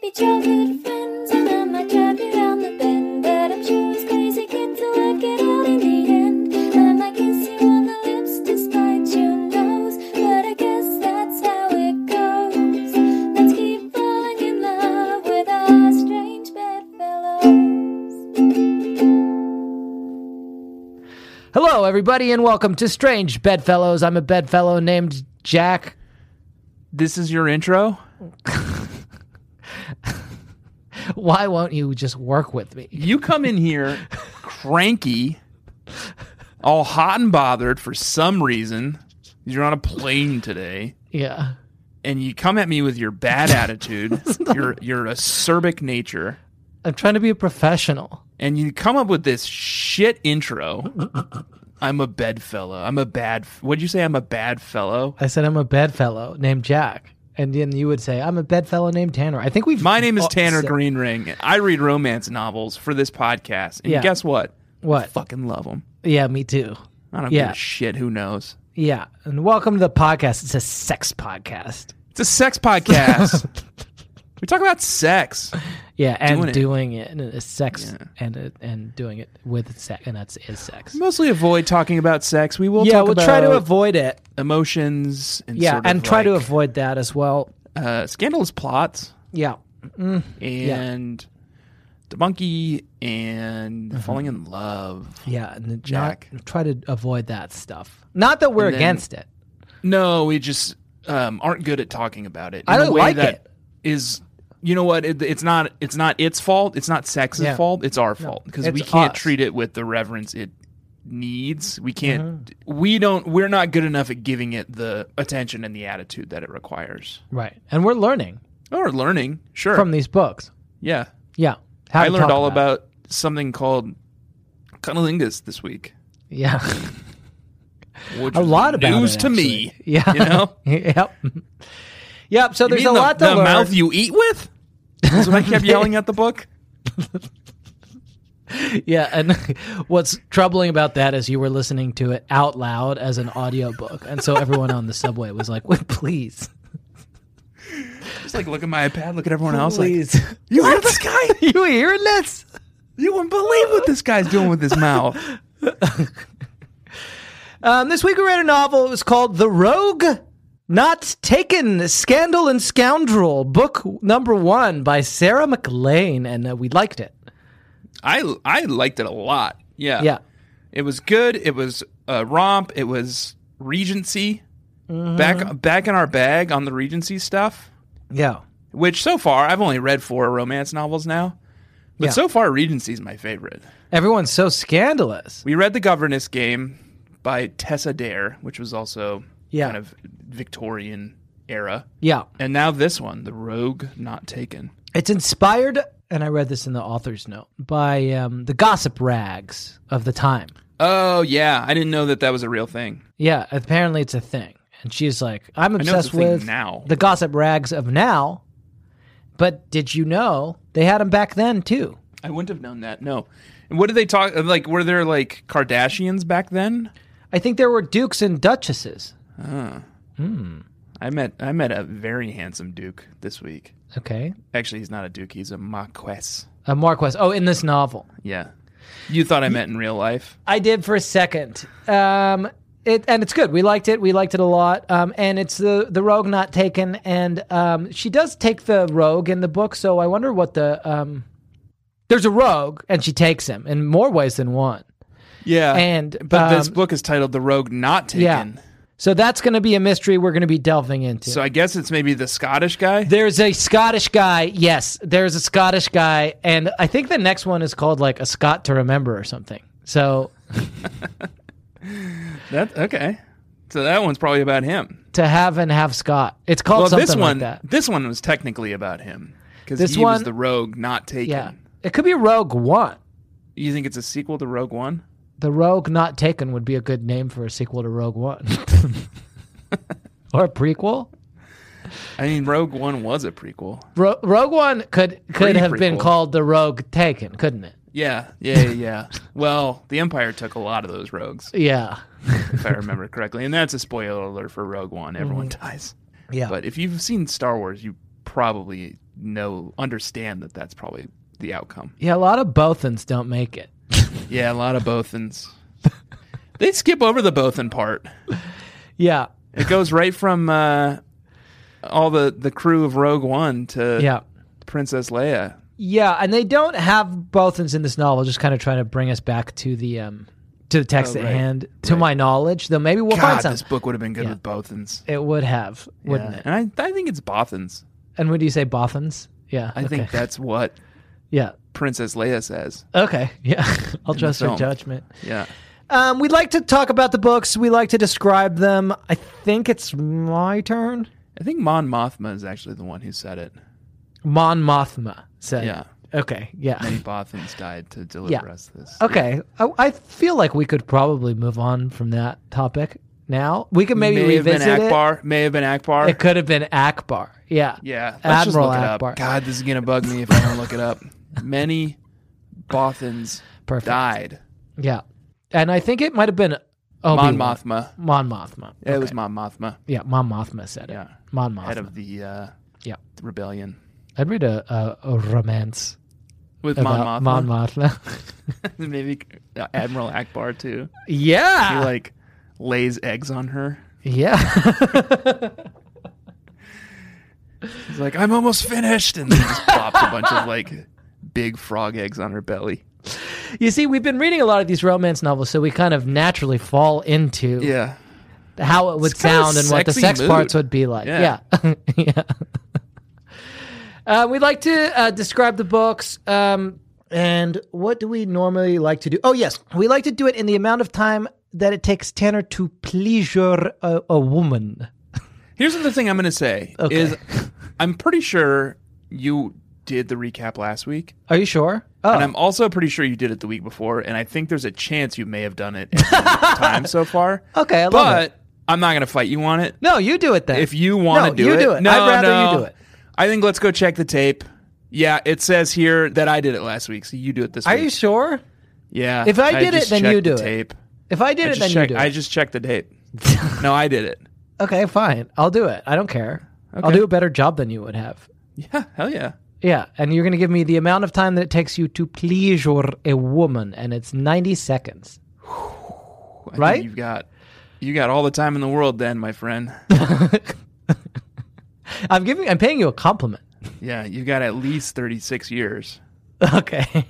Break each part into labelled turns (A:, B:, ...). A: be childhood friends, and I might drive you round the bend. But I'm sure it's crazy, kid, to work it out in the end. I might kiss you on the lips despite your nose, but I guess that's how it goes. Let's keep falling in love with our strange bedfellows.
B: Hello, everybody, and welcome to Strange Bedfellows. I'm a bedfellow named Jack.
C: This is your intro?
B: Why won't you just work with me?
C: You come in here cranky, all hot and bothered for some reason. You're on a plane today,
B: Yeah.
C: and you come at me with your bad attitude, your your acerbic nature,
B: I'm trying to be a professional.
C: and you come up with this shit intro. I'm a bedfellow. I'm a bad. What'd you say? I'm a bad fellow.
B: I said I'm a bedfellow named Jack. And then you would say, I'm a bedfellow named Tanner. I think we've.
C: My name is
B: Oh,
C: Tanner
B: so-
C: Greenring. I read romance novels for this podcast, and
B: Yeah.
C: guess what?
B: What?
C: Fucking love them.
B: Yeah, me too.
C: I don't give
B: Yeah.
C: a shit. Who knows?
B: Yeah. And welcome to the podcast. It's a sex podcast.
C: It's a sex podcast. we talk about sex.
B: Yeah, and
C: Doing
B: doing
C: it.
B: it, and it's sex
C: Yeah.
B: and it, and doing it with sex and that's is sex.
C: Mostly avoid talking about sex. We will
B: yeah,
C: talk
B: we'll
C: about
B: try to avoid it.
C: emotions and
B: Yeah,
C: sort of
B: and try to
C: like,
B: avoid that as well.
C: uh, scandalous plots
B: Yeah.
C: and the monkey and
B: Mm-hmm.
C: falling in love.
B: Yeah, and then
C: Jack.
B: Not, try to avoid that stuff. Not that we're
C: And then-
B: against it.
C: No, we just um, aren't good at talking about it.
B: I
C: in a
B: don't
C: way
B: like
C: that
B: it.
C: Is you know what? It, it's not. It's not its fault. It's not sex's
B: Yeah.
C: fault. It's our fault because we
B: it's
C: can't
B: us.
C: treat it with the reverence it needs. We can't.
B: Mm-hmm.
C: We don't. We're not good enough at giving it the attention and the attitude that it requires.
B: Right. And we're learning
C: Or learning, sure.
B: from these books.
C: yeah,
B: Yeah. How
C: I
B: to
C: learned
B: talk
C: all
B: about it.
C: about, something called cunnilingus this week.
B: Yeah.
C: Which
B: a
C: was
B: lot about
C: news
B: it,
C: to me.
B: actually. Yeah.
C: you know.
B: yep. Yep. So there's
C: mean
B: a
C: the-
B: lot to
C: the
B: learn.
C: mouth you eat with. That's what I kept yelling at the book.
B: Yeah, and what's troubling about that is you were listening to it out loud as an audiobook. And so everyone on the subway was like, "Wait, please.
C: Just like look at my iPad, look at everyone else. Like
B: Please.
C: you heard this guy?
B: you hearing this?
C: You wouldn't believe what this guy's doing with his mouth.
B: Um, this week we read a novel. It was called The Rogue Not Taken Scandal and Scoundrel, book number one by Sarah McLean. And uh, we liked it.
C: I I liked it a lot. Yeah,
B: Yeah.
C: It was good. It was a romp. It was Regency.
B: Mm-hmm.
C: Back back in our bag on the Regency stuff,
B: Yeah.
C: which so far I've only read four romance novels now, but
B: Yeah.
C: so far Regency's my favorite.
B: Everyone's so scandalous.
C: We read The Governess Game by Tessa Dare, which was also
B: Yeah.
C: kind of Victorian era.
B: Yeah.
C: And now this one, The Rogue Not Taken.
B: It's inspired, and I read this in the author's note, by um, the gossip rags of the time.
C: Oh yeah, I didn't know that that was a real thing.
B: Yeah, apparently it's a thing. And she's like, I'm
C: it's
B: obsessed
C: a thing
B: with
C: now.
B: the gossip rags of now. But did you know they had them back then too?
C: I wouldn't have known that. No. And what did they talk like? Were there like Kardashians back then?
B: I think there were dukes and duchesses.
C: I met I met a very handsome duke this week.
B: Okay.
C: Actually, he's not a duke. He's a marquess.
B: A Marquess. Oh, in this novel.
C: Yeah. You thought I met in real life?
B: I did for a second. Um, it and it's good. We liked it. We liked it a lot. Um, and it's the the rogue not taken, and um, she does take the rogue in the book. So I wonder what the um, there's a rogue, and she takes him in more ways than one.
C: Yeah.
B: And,
C: but this
B: um,
C: book is titled "The Rogue Not Taken."
B: Yeah. So that's going to be a mystery we're going to be delving into.
C: So I guess it's maybe the Scottish guy.
B: there's a Scottish guy. Yes, there's a Scottish guy, and I think the next one is called like a Scot to remember or something. So
C: that okay. So that one's probably about him.
B: to have and have Scott. It's called
C: Well,
B: Oh, something
C: this one,
B: like that.
C: this one was technically about him because
B: This
C: he was
B: one-
C: the rogue not taken.
B: Yeah, it could be Rogue One.
C: You think it's a sequel to Rogue One?
B: The Rogue Not Taken would be a good name for a sequel to Rogue One. or a prequel?
C: I mean, Rogue One was a prequel.
B: Ro- Rogue One could could have been
C: Pre-prequel.
B: called The Rogue Taken, couldn't it?
C: Yeah, yeah, yeah, yeah. well, the Empire took a lot of those rogues,
B: Yeah.
C: if I remember correctly, and that's a spoiler alert for Rogue One. Everyone dies.
B: Mm-hmm. Yeah.
C: But if you've seen Star Wars, you probably know understand that that's probably the outcome.
B: Yeah, a lot of Bothans don't make it.
C: Yeah, a lot of Bothans. they skip over the Bothan part.
B: Yeah,
C: It goes right from uh, all the the crew of Rogue One to
B: yeah,
C: Princess Leia.
B: yeah. And they don't have Bothans in this novel. Just kind of trying to bring us back to the um to the text
C: Oh,
B: at
C: right.
B: hand. To my knowledge, though, maybe we'll find
C: God,
B: some.
C: this book would have been good
B: Yeah.
C: with Bothans.
B: It would have, wouldn't
C: Yeah.
B: it?
C: And I, I think it's Bothans.
B: And when do you say Bothans? Yeah,
C: I think
B: okay.
C: that's what
B: yeah.
C: Princess Leia says.
B: Okay, yeah. I'll
C: the
B: trust your
C: film.
B: judgment.
C: Yeah.
B: Um, we'd like to talk about the books. We like to describe them. I think it's my turn.
C: I think Mon Mothma is actually the one who said it.
B: Mon Mothma said.
C: Yeah.
B: Okay. Yeah.
C: Many Bothans died to deliver
B: Yeah.
C: us this.
B: Okay. I, I feel like we could probably move on from that topic now. We could maybe
C: may have been
B: revisit it.
C: Akbar. May have been Akbar.
B: It could have been Akbar. Yeah.
C: yeah. Let's just
B: Admiral
C: look it
B: Akbar.
C: up. God, this is gonna bug me if I don't look it up. Many Bothans
B: Perfect.
C: died.
B: Yeah. And I think it might have been
C: Mon
B: Obi-Wan.
C: Mothma.
B: Mon Mothma.
C: Yeah, It was
B: Okay.
C: Mon Mothma,
B: Yeah, Mon Mothma said it.
C: Yeah.
B: Mon
C: head
B: Mothma.
C: of the uh,
B: Yeah.
C: rebellion.
B: I'd read a, a, a romance
C: With
B: about
C: Mon Mothma.
B: Mon Mothma.
C: Maybe uh, Admiral Akbar too. He
B: yeah.
C: like lays eggs on her.
B: yeah.
C: He's like, I'm almost finished, and then he just plops a bunch of like big frog eggs on her belly.
B: you see, we've been reading a lot of these romance novels, so we kind of naturally fall into
C: Yeah,
B: how it would
C: It's kinda
B: sound and what the
C: sexy
B: sex
C: mood.
B: parts would be like. Yeah.
C: Yeah.
B: Yeah. uh, we'd like to uh, describe the books. Um, and what do we normally like to do? Oh, yes. We like to do it in the amount of time that it takes Tanner to pleasure a, a woman.
C: Here's the thing I'm going to say
B: Okay.
C: is I'm pretty sure you did the recap last week,
B: Are you sure? Oh,
C: and I'm also pretty sure you did it the week before, and I think there's a chance you may have done it every time so far.
B: okay. I love it.
C: but I'm not going to fight you on it.
B: No, you do it then.
C: If you want to
B: No,
C: do
B: you
C: it,
B: do it.
C: No,
B: I'd rather you
C: no.
B: do it.
C: I think let's go check the tape. Yeah, it says here that I did it last week, so you do it this
B: Are
C: week.
B: you sure?
C: yeah.
B: if I did it,
C: just
B: then
C: checked
B: you do
C: the
B: it.
C: Tape.
B: If I did
C: I
B: it,
C: just
B: then
C: checked-
B: you do it.
C: I just checked the tape. no, I did it.
B: Okay, fine. I'll do it. I don't care. I'll
C: Okay.
B: do a better job than you would have.
C: Yeah, hell yeah.
B: Yeah, and you're going to give me the amount of time that it takes you to pleasure a woman, and it's 90 seconds.
C: I think
B: Right?
C: You've got you got all the time in the world then, my friend.
B: I'm giving, I'm paying you a compliment.
C: yeah, you've got at least 36 years
B: Okay,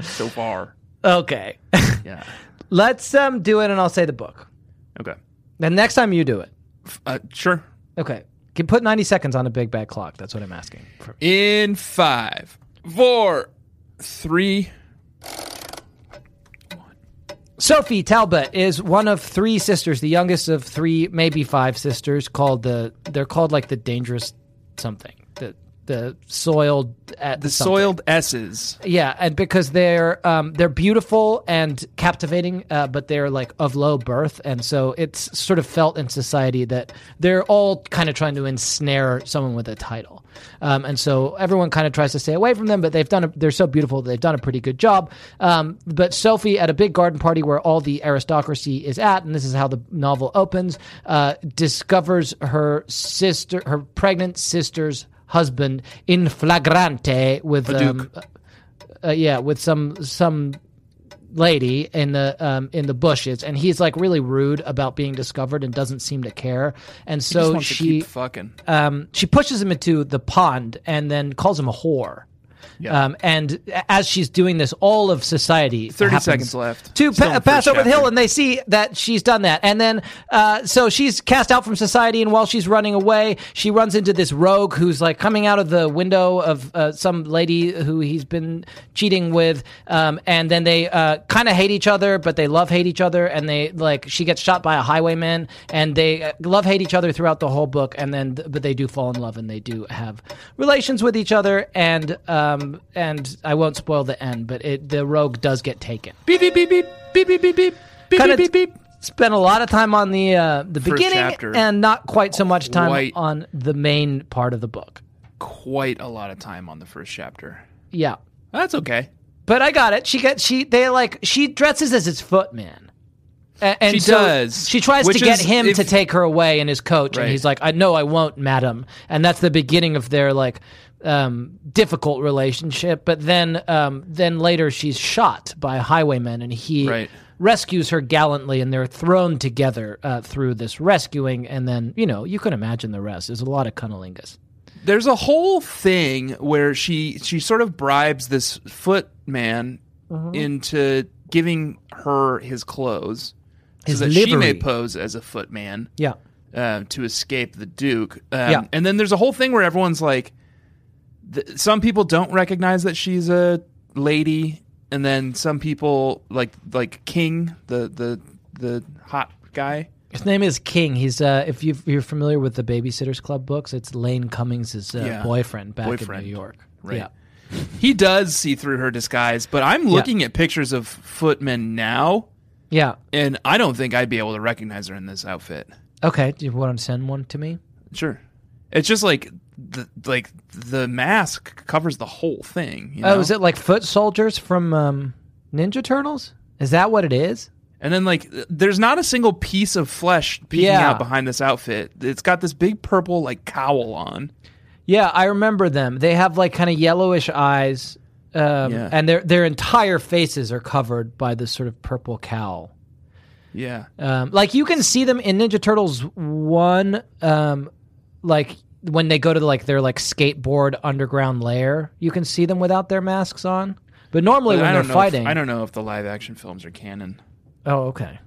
C: so far.
B: okay.
C: Yeah.
B: Let's um do it, and I'll say the book.
C: Okay.
B: Then next time you do it.
C: F- Uh, sure.
B: Okay, can put 90 seconds on a big bad clock. That's what I'm asking. For.
C: In five, four, three.
B: Sophie Talbot is one of three sisters, the youngest of three, maybe five sisters, called the they're called like the dangerous something. The the soiled at
C: The soiled S's.
B: Yeah, and because they're um, they're beautiful and captivating, uh, but they're like of low birth, and so it's sort of felt in society that they're all kind of trying to ensnare someone with a title, um, and so everyone kind of tries to stay away from them. But they've done a, they're so beautiful that they've done a pretty good job. Um, but Sophie at a big garden party where all the aristocracy is at, and this is how the novel opens, uh, discovers her sister, her pregnant sister's husband in flagrante with um, uh, yeah, with some some lady in the um, in the bushes, and he's like really rude about being discovered and doesn't seem to care. And
C: Just
B: so
C: wants to
B: she
C: keep fucking.
B: um, she pushes him into the pond and then calls him a whore.
C: Yeah.
B: Um, and as she's doing this, all of society
C: 30
B: happens
C: seconds left.
B: to
C: Still in
B: pa-
C: the
B: pass
C: first
B: over the hill,
C: chapter.
B: and they see that she's done that. And then, uh, so she's cast out from society. And while she's running away, she runs into this rogue who's like coming out of the window of uh, some lady who he's been cheating with. Um, and then they uh, kind of hate each other, but they love hate each other. And they like she gets shot by a highwayman, and they uh, love hate each other throughout the whole book. And then, but they do fall in love, and they do have relations with each other. And um, and I won't spoil the end, but it the rogue does get taken
C: Beep, beep, beep, beep, beep, beep, beep, beep, beep,
B: kind
C: beep,
B: of
C: beep, beep.
B: spent a lot of time on the uh, the beginning
C: chapter.
B: and not quite so much time
C: Quite.
B: on the main part of the book.
C: Quite a lot of time on the first chapter.
B: Yeah,
C: That's okay.
B: but I got it. She got she they like she dresses as his footman. A- And
C: She
B: so
C: does,
B: She tries
C: which
B: to get
C: is
B: him
C: if-
B: to take her away in his coach,
C: Right.
B: and he's like, "I know I won't, madam." And that's the beginning of their like um, difficult relationship. But then, um, then later, she's shot by highwaymen, and he
C: Right.
B: rescues her gallantly, and they're thrown together uh, through this rescuing. And then, you know, you can imagine the rest. There's a lot of cunnilingus.
C: There's a whole thing where she she sort of bribes this footman into giving her his clothes
B: His
C: so that she may
B: livery.
C: pose as a footman
B: Yeah,
C: uh, to escape the duke. Um,
B: Yeah.
C: And then there's a whole thing where everyone's like, th- some people don't recognize that she's a lady, and then some people like like King, the the the hot guy.
B: his name is King. He's uh, if you you're familiar with the Babysitters Club books, it's Lane Cummings' uh,
C: Yeah.
B: boyfriend back
C: Boyfriend.
B: in New York.
C: Right.
B: Yeah.
C: He does see through her disguise, but I'm looking at pictures of footmen now,
B: Yeah.
C: and I don't think I'd be able to recognize her in this outfit.
B: Okay. Do you want to send one to me?
C: Sure, it's just like the like the mask covers the whole thing. You
B: Oh,
C: know?
B: is it like foot soldiers from um, Ninja Turtles? Is that what it is?
C: And then like there's not a single piece of flesh peeking
B: Yeah.
C: out behind this outfit. It's got this big purple like cowl on.
B: Yeah, I remember them. They have like kind of yellowish eyes, um,
C: Yeah.
B: and their their entire faces are covered by this sort of purple cowl.
C: Yeah.
B: Um, like you can see them in Ninja Turtles one, um, like when they go to like their like skateboard underground lair, you can see them without their masks on. But normally
C: But
B: when
C: I
B: they're
C: don't know
B: fighting,
C: If, I don't know if the live action films are canon.
B: oh okay,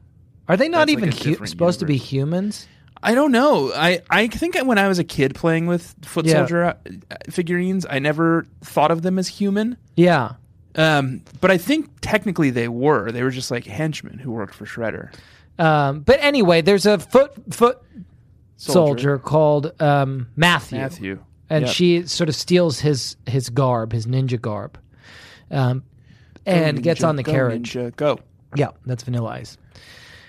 B: are they not
C: That's, like,
B: even
C: a
B: hu-
C: different
B: supposed to be humans?
C: I don't know. I I think when I was a kid playing with foot
B: Yeah.
C: soldier uh, figurines, I never thought of them as human.
B: Yeah.
C: Um, but I think technically they were. They were just like henchmen who worked for Shredder.
B: Um, but anyway, there's a foot foot soldier, called um, Matthew,
C: Matthew.
B: and
C: Yep.
B: she sort of steals his his garb, his ninja garb, um, and
C: Ninja,
B: gets on the
C: go,
B: carriage.
C: Ninja, go
B: Yeah, that's Vanilla Ice.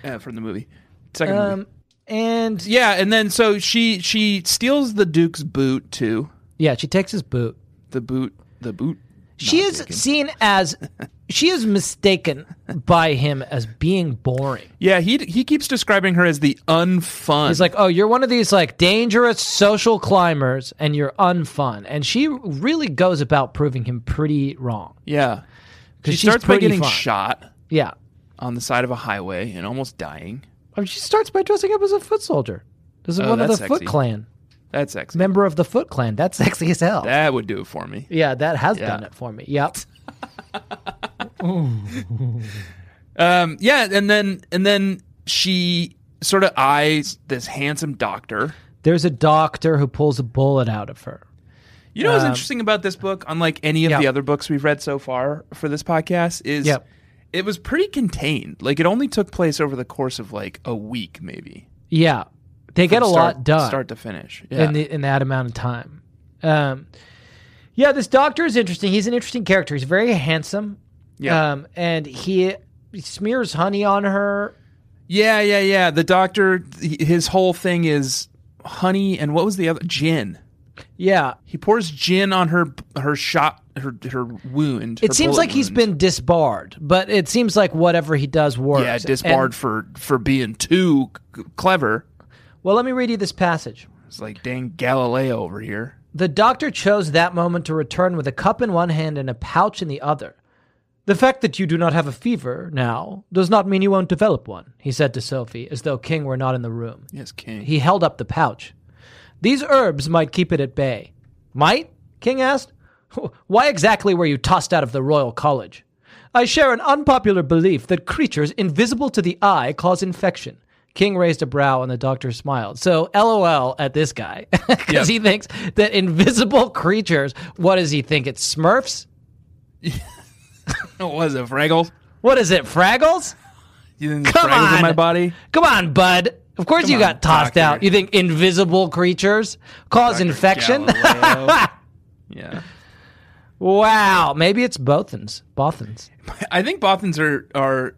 C: uh, from the movie. Second movie.
B: Um, and
C: Yeah, and then so she she steals the Duke's boot too.
B: yeah, she takes his boot.
C: The boot, the boot.
B: She
C: Not
B: is
C: Duke.
B: seen as she is mistaken by him as being boring.
C: Yeah, he he keeps describing her as the unfun.
B: He's like, "Oh, you're one of these like dangerous social climbers, and you're unfun." And she really goes about proving him pretty wrong.
C: yeah, she
B: she's
C: starts by
B: pretty
C: getting
B: fun.
C: shot
B: Yeah,
C: on the side of a highway and almost dying.
B: I mean, she starts by dressing up as a foot soldier. This is
C: Oh,
B: one of the
C: that's sexy.
B: Foot Clan,
C: That's sexy.
B: member of the Foot Clan. That's sexy as hell.
C: that would do it for me.
B: yeah, that has
C: Yeah.
B: done it for me. Yep.
C: Um, yeah, and then and then she sort of eyes this handsome doctor.
B: There's a doctor who pulls a bullet out of her.
C: You know what's
B: Um,
C: interesting about this book, unlike any of
B: Yeah.
C: the other books we've read so far for this podcast, is
B: Yep.
C: it was pretty contained. Like it only took place over the course of like a week, maybe.
B: Yeah, they get a
C: From
B: lot
C: start-
B: done
C: start to finish. Yeah.
B: in the, in that amount of time. Um, yeah, this doctor is interesting. He's an interesting character. He's very handsome.
C: yeah.
B: Um, and he smears honey on her.
C: yeah, yeah, yeah. The doctor, th- his whole thing is honey, and what was the other gin?
B: Yeah,
C: He pours gin on her her shot her her wound.
B: it seems like
C: he's
B: he's been disbarred, but it seems like whatever he does works.
C: yeah
B: And-
C: disbarred for for being too c- clever.
B: Well, let me read you this passage.
C: It's like dang Galileo over here.
B: The doctor chose that moment to return with a cup in one hand and a pouch in the other. The fact that you do not have a fever now does not mean you won't develop one, he said to Sophie, as though King were not in the room.
C: Yes, king.
B: He held up the pouch. These herbs might keep it at bay. Might? King asked. Why exactly were you tossed out of the Royal College? I share an unpopular belief that creatures invisible to the eye cause infection. King raised a brow and the doctor smiled. So, LOL at this guy. Because
C: Yep.
B: he thinks that invisible creatures, what does he think? It's Smurfs?
C: what was it, Fraggles?
B: What is it, Fraggles?
C: You think there's
B: Come
C: Fraggles in
B: on.
C: my body?
B: Come on, bud. Of course you
C: on,
B: got tossed
C: doctor.
B: out. You think invisible creatures cause infection?
C: Galileo. yeah.
B: Wow, maybe it's Bothans. Bothans.
C: I think Bothans are are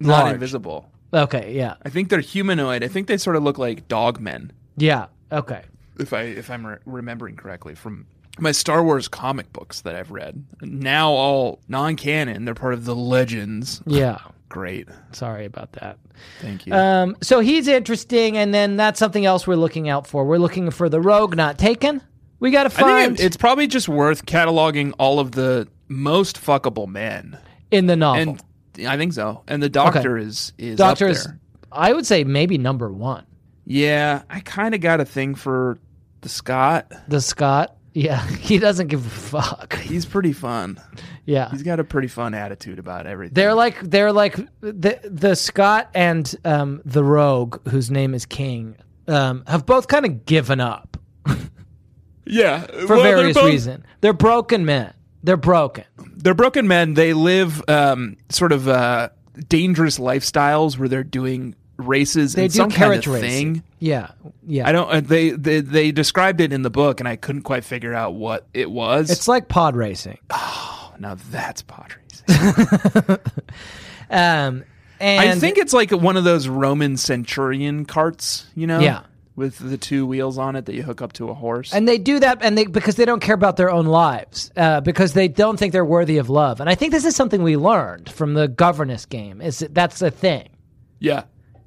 C: not
B: Large.
C: invisible.
B: Okay, yeah,
C: I think they're humanoid. I think they sort of look like dogmen,
B: yeah. Okay,
C: if I if I'm re- remembering correctly from my Star Wars comic books that I've read. Now all non-canon, they're part of the legends.
B: yeah.
C: Great.
B: Sorry about that.
C: Thank you.
B: Um, so he's interesting, and then that's something else we're looking out for. We're looking for the rogue not taken. We got to
C: I
B: find
C: think it- it's probably just worth cataloging all of the most fuckable men,
B: in the novel.
C: and I think so. And the doctor is is up
B: Doctor is,
C: there.
B: I would say maybe number one.
C: Yeah, I kind of got a thing for the Scott.
B: The Scott, yeah, he doesn't give a fuck.
C: He's pretty fun.
B: Yeah,
C: He's got a pretty fun attitude about everything.
B: They're like they're like the the Scott and um, the Rogue, whose name is King, um, have both kind of given up
C: yeah,
B: for various reasons. They're broken men. They're broken.
C: They're broken men. They live um, sort of uh, dangerous lifestyles where they're doing races
B: They
C: and
B: do
C: some kind of
B: carriage racing.
C: thing.
B: Yeah, yeah.
C: I don't. Uh, they, they they described it in the book, and I couldn't quite figure out what it was.
B: it's like pod racing.
C: now that's Padres.
B: Um, and
C: I think it's like one of those Roman centurion carts, you know?
B: Yeah.
C: With the two wheels on it that you hook up to a horse.
B: and they do that, and they because they don't care about their own lives, uh, because they don't think they're worthy of love. And I think this is something we learned from the governess game. Is that that's a thing?
C: yeah.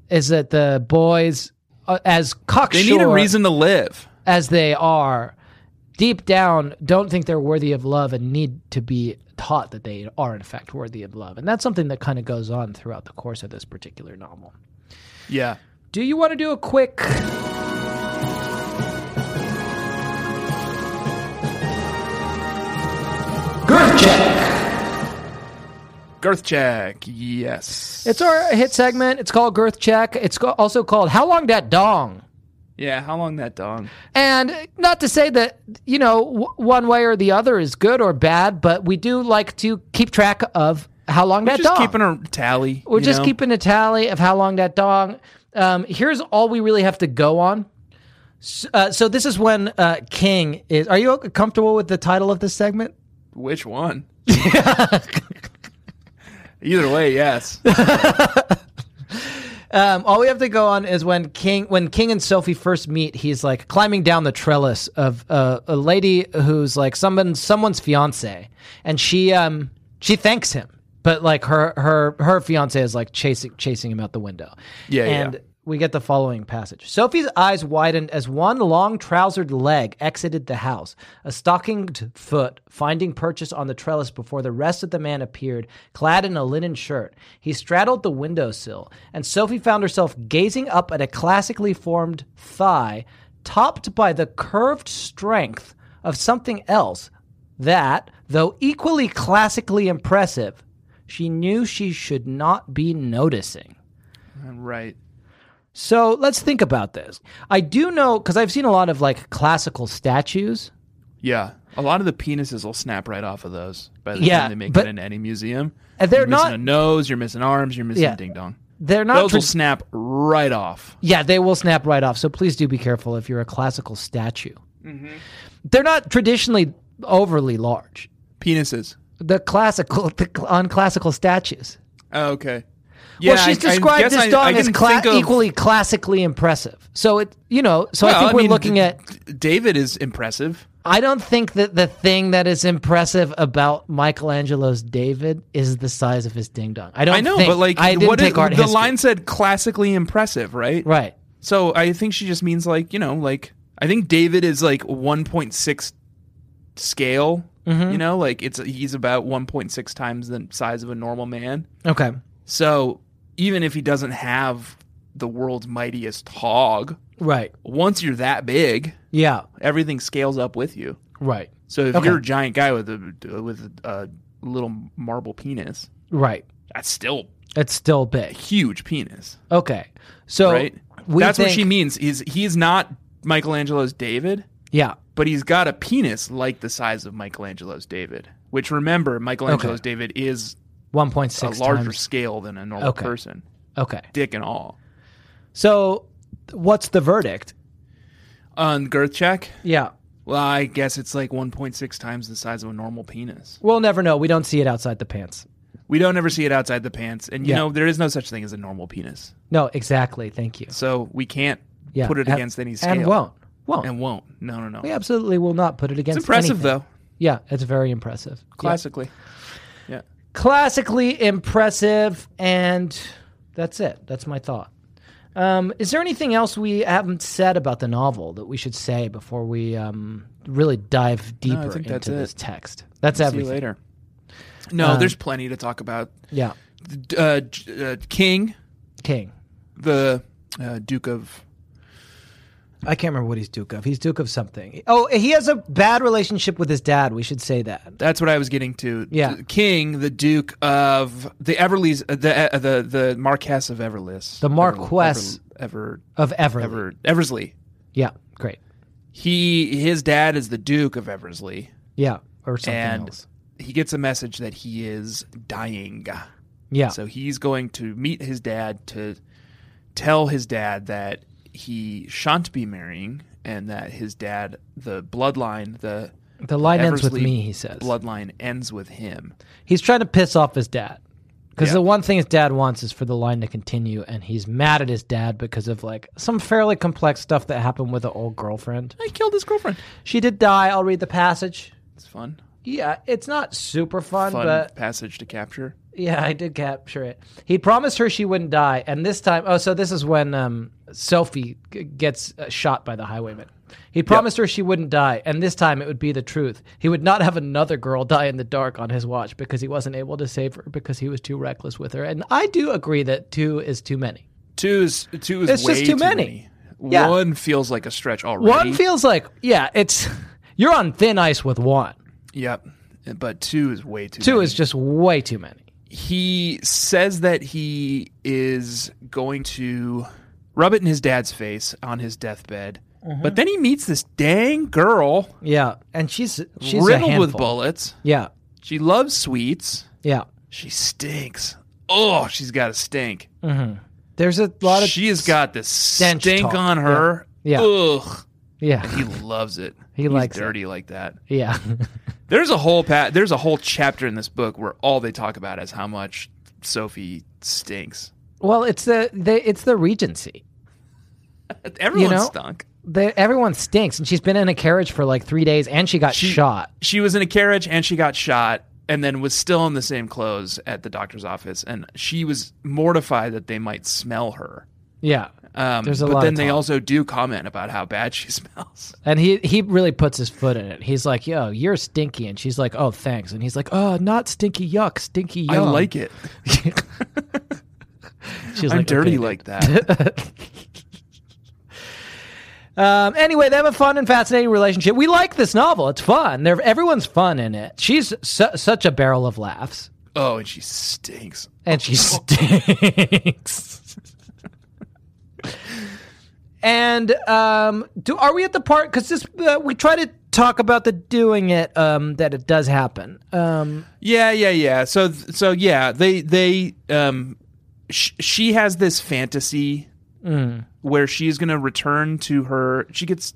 B: Is that the boys, uh, as cocksure,
C: They need a reason to live.
B: as they are, deep down, don't think they're worthy of love and need to be taught that they are, in fact, worthy of love. And that's something that kind of goes on throughout the course of this particular novel.
C: Yeah.
B: Do you want to do a quick. Girth check.
C: Girth check. Yes.
B: It's our hit segment. It's called Girth Check. It's ca- also called How Long That Dong?
C: yeah. How long that dong?
B: And not to say that, you know, w- one way or the other is good or bad, but we do like to keep track of how long that
C: just
B: dong.
C: keeping a tally.
B: We're
C: you
B: just
C: know?
B: keeping a tally of how long that dong. Um, here's all we really have to go on. S- uh, so this is when uh, King is. Are you comfortable with the title of this segment?
C: Which one? Either way, yes.
B: Um, all we have to go on is when King, when King and Sophie first meet, he's like climbing down the trellis of uh, a lady who's like someone, someone's fiance, and she, um, she thanks him, but like her, her, her fiance is like chasing, chasing him out the window.
C: Yeah, yeah.
B: and we get the following passage. Sophie's eyes widened as one long trousered leg exited the house, a stockinged foot finding purchase on the trellis before the rest of the man appeared, clad in a linen shirt. He straddled the windowsill, and Sophie found herself gazing up at a classically formed thigh, topped by the curved strength of something else that, though equally classically impressive, she knew she should not be noticing.
C: right.
B: So let's think about this. I do know because I've seen a lot of like classical statues.
C: Yeah. A lot of the penises will snap right off of those by the
B: Yeah,
C: time they make
B: but-
C: it in any museum.
B: And they're
C: you're missing a
B: not-
C: nose, you're missing arms, you're missing
B: Yeah.
C: ding dong.
B: They're not.
C: Those
B: tra-
C: will snap right off.
B: yeah, they will snap right off. So please do be careful if you're a classical statue.
C: Mm-hmm.
B: They're not traditionally overly large.
C: Penises.
B: The classical, the cl- on classical statues.
C: Oh, okay.
B: well, she's described
C: guess
B: this
C: I-
B: dog
C: I
B: as
C: can
B: cla-
C: think of-
B: equally classically impressive. So it, you know, so I
C: Well,
B: think we're
C: mean,
B: looking
C: D-
B: at.
C: D- David is impressive.
B: I don't think that the thing that is impressive about Michelangelo's David is the size of his ding dong. I don't.
C: I know,
B: think-
C: but like,
B: I didn't
C: what
B: take
C: is-
B: art
C: the
B: history.
C: line said classically impressive, right?
B: Right.
C: So I think she just means like you know, like I think David is like 1.6 scale.
B: Mm-hmm.
C: You know, like it's he's about 1.6 times the size of a normal man.
B: Okay.
C: So even if he doesn't have the world's mightiest hog,
B: Right.
C: once you're that big,
B: Yeah.
C: everything scales up with you.
B: Right.
C: So if
B: Okay.
C: you're a giant guy with a with a little marble penis,
B: Right.
C: that's still
B: It's still big.
C: a huge penis,
B: Okay. So
C: right?
B: we
C: that's what
B: think-
C: she means. Is he's not Michelangelo's David,
B: Yeah.
C: but he's got a penis like the size of Michelangelo's David. Which remember, Michelangelo's David is
B: One point
C: a
B: six
C: larger
B: times.
C: scale than a normal
B: Okay.
C: person,
B: Okay.
C: dick and all.
B: So, what's the verdict?
C: On girth check,
B: Yeah.
C: well, I guess it's like 1.6 times the size of a normal penis.
B: We'll never know. We don't see it outside the pants.
C: We don't ever see it outside the pants, and you
B: Yeah.
C: know there is no such thing as a normal penis.
B: No. Exactly. Thank you.
C: so we can't
B: Yeah.
C: put it
B: And-
C: against any scale
B: And won't. Won't.
C: and won't. No, no, no.
B: we absolutely will not put it against.
C: it's impressive
B: anything.
C: though,
B: Yeah. It's very impressive. Yeah.
C: classically. Yeah.
B: classically impressive, and that's it. That's my thought. Um, is there anything else we haven't said about the novel that we should say before we um, really dive deeper
C: think
B: into
C: that's
B: this
C: it.
B: text? That's
C: See you
B: everything. Uh,
C: later. No, there's plenty to talk about.
B: Yeah,
C: D- Uh, J- uh, King,
B: King.
C: the uh, Duke of
B: I can't remember what he's duke of. He's duke of something. Oh, he has a bad relationship with his dad. We should say that.
C: That's what I was getting to.
B: Yeah.
C: The King, the Duke of the Everleys, uh, the uh, the the Marquess of Everlis,
B: The Marquess.
C: Ever,
B: Of Everly.
C: ever, ever Eversley.
B: Yeah, great.
C: He his dad is the Duke of Eversley,
B: Yeah, or something
C: and
B: else.
C: he gets a message that he is dying.
B: Yeah,
C: So he's going to meet his dad to tell his dad that he shan't be marrying, and that his dad, the bloodline, the
B: the line ends with
C: Eversley
B: me. He says
C: bloodline ends with him.
B: he's trying to piss off his dad because
C: Yeah.
B: the one thing his dad wants is for the line to continue, and he's mad at his dad because of like some fairly complex stuff that happened with an old girlfriend.
C: I killed his girlfriend.
B: She did die. I'll read the passage.
C: It's fun.
B: Yeah, it's not super fun,
C: fun
B: but
C: passage to capture.
B: Yeah, I did capture it. He promised her she wouldn't die, and this time, oh, so this is when um, Sophie g- gets uh, shot by the highwayman. He promised her she wouldn't die, and this time it would be the truth. He would not have another girl die in the dark on his watch because he wasn't able to save her because he was too reckless with her. And I do agree that two is too many.
C: Two is two is
B: It's
C: way
B: just too many. Yeah.
C: One feels like a stretch already.
B: One feels like, yeah, it's you're on thin ice with one.
C: yep, but two is way too.
B: Two
C: many.
B: is just way too many.
C: he says that he is going to rub it in his dad's face on his deathbed,
B: Mm-hmm.
C: but then he meets this dang girl
B: Yeah, and she's she's a
C: riddled with
B: handful.
C: bullets.
B: Yeah,
C: She loves sweets.
B: yeah.
C: She stinks. Oh, she's got a stink.
B: There's a lot of
C: She has got this
B: stench
C: stink
B: talk.
C: on her.
B: Yeah.
C: Ugh.
B: yeah.
C: He loves it.
B: He
C: He's
B: likes it.
C: dirty like that.
B: Yeah.
C: There's a whole pa- there's a whole chapter in this book where all they talk about is how much Sophie stinks.
B: well, it's the, the it's the Regency.
C: Everyone
B: know?
C: stunk.
B: The, everyone stinks, and she's been in a carriage for like three days, and she got shot.
C: She was in a carriage and she got shot and then was still in the same clothes at the doctor's office and she was mortified that they might smell her.
B: Yeah,
C: Um,
B: There's a
C: but
B: lot
C: then
B: of
C: they
B: talk.
C: also do comment about how bad she smells.
B: and he he really puts his foot in it. He's like, "Yo, you're stinky," and she's like, "Oh, thanks," and he's like, "Oh, not stinky yuck, stinky yuck."
C: I like it.
B: she's
C: I'm
B: like,
C: dirty
B: "Okay."
C: like that.
B: Um, anyway, they have a fun and fascinating relationship. We like this novel; it's fun. They're, everyone's fun in it. She's su- such a barrel of laughs,
C: oh, and she stinks.
B: and she stinks. and um, do are we at the part? Because this uh, we try to talk about the doing it um, that it does happen. Um,
C: Yeah, yeah, yeah. So, so yeah, they they um, sh- she has this fantasy
B: Mm.
C: where she's gonna return to her. She gets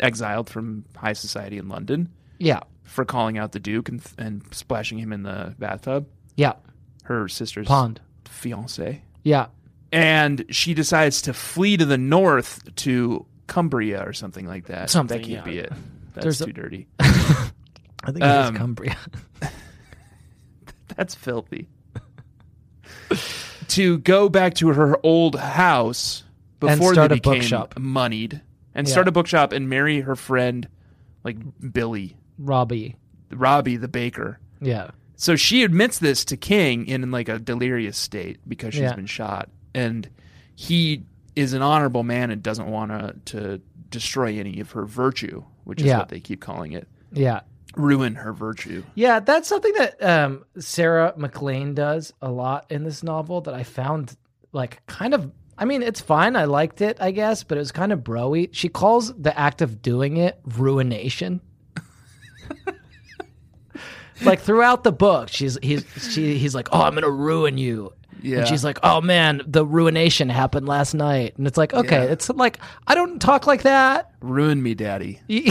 C: exiled from high society in London
B: yeah,
C: for calling out the Duke and and splashing him in the bathtub.
B: yeah,
C: Her sister's
B: pond.
C: fiance,
B: Yeah,
C: and she decides to flee to the north to Cumbria or something like that.
B: Something,
C: that can't
B: yeah.
C: be it. That's
B: There's a-
C: too dirty.
B: I think it
C: was Um,
B: Cumbria.
C: That's filthy. to go back to her old house
B: And
C: before
B: start
C: they
B: a
C: became
B: bookshop.
C: moneyed and
B: Yeah.
C: start a bookshop and marry her friend, like Billy,
B: Robbie.
C: Robbie the baker.
B: Yeah,
C: So she admits this to King in like a delirious state because she's
B: Yeah.
C: been shot. And he is an honorable man and doesn't want to to destroy any of her virtue, which is
B: Yeah.
C: what they keep calling it.
B: yeah.
C: Ruin her virtue.
B: Yeah, that's something that um, Sarah McLean does a lot in this novel that I found like kind of. I mean, it's fine. I liked it, I guess, but it was kind of broy. She calls the act of doing it ruination. like throughout the book, she's he's she he's like, "Oh, I'm gonna ruin you,"
C: Yeah.
B: and she's like, "Oh man, the ruination happened last night," and it's like, okay,
C: Yeah.
B: it's like I don't talk like that.
C: Ruin me, daddy. She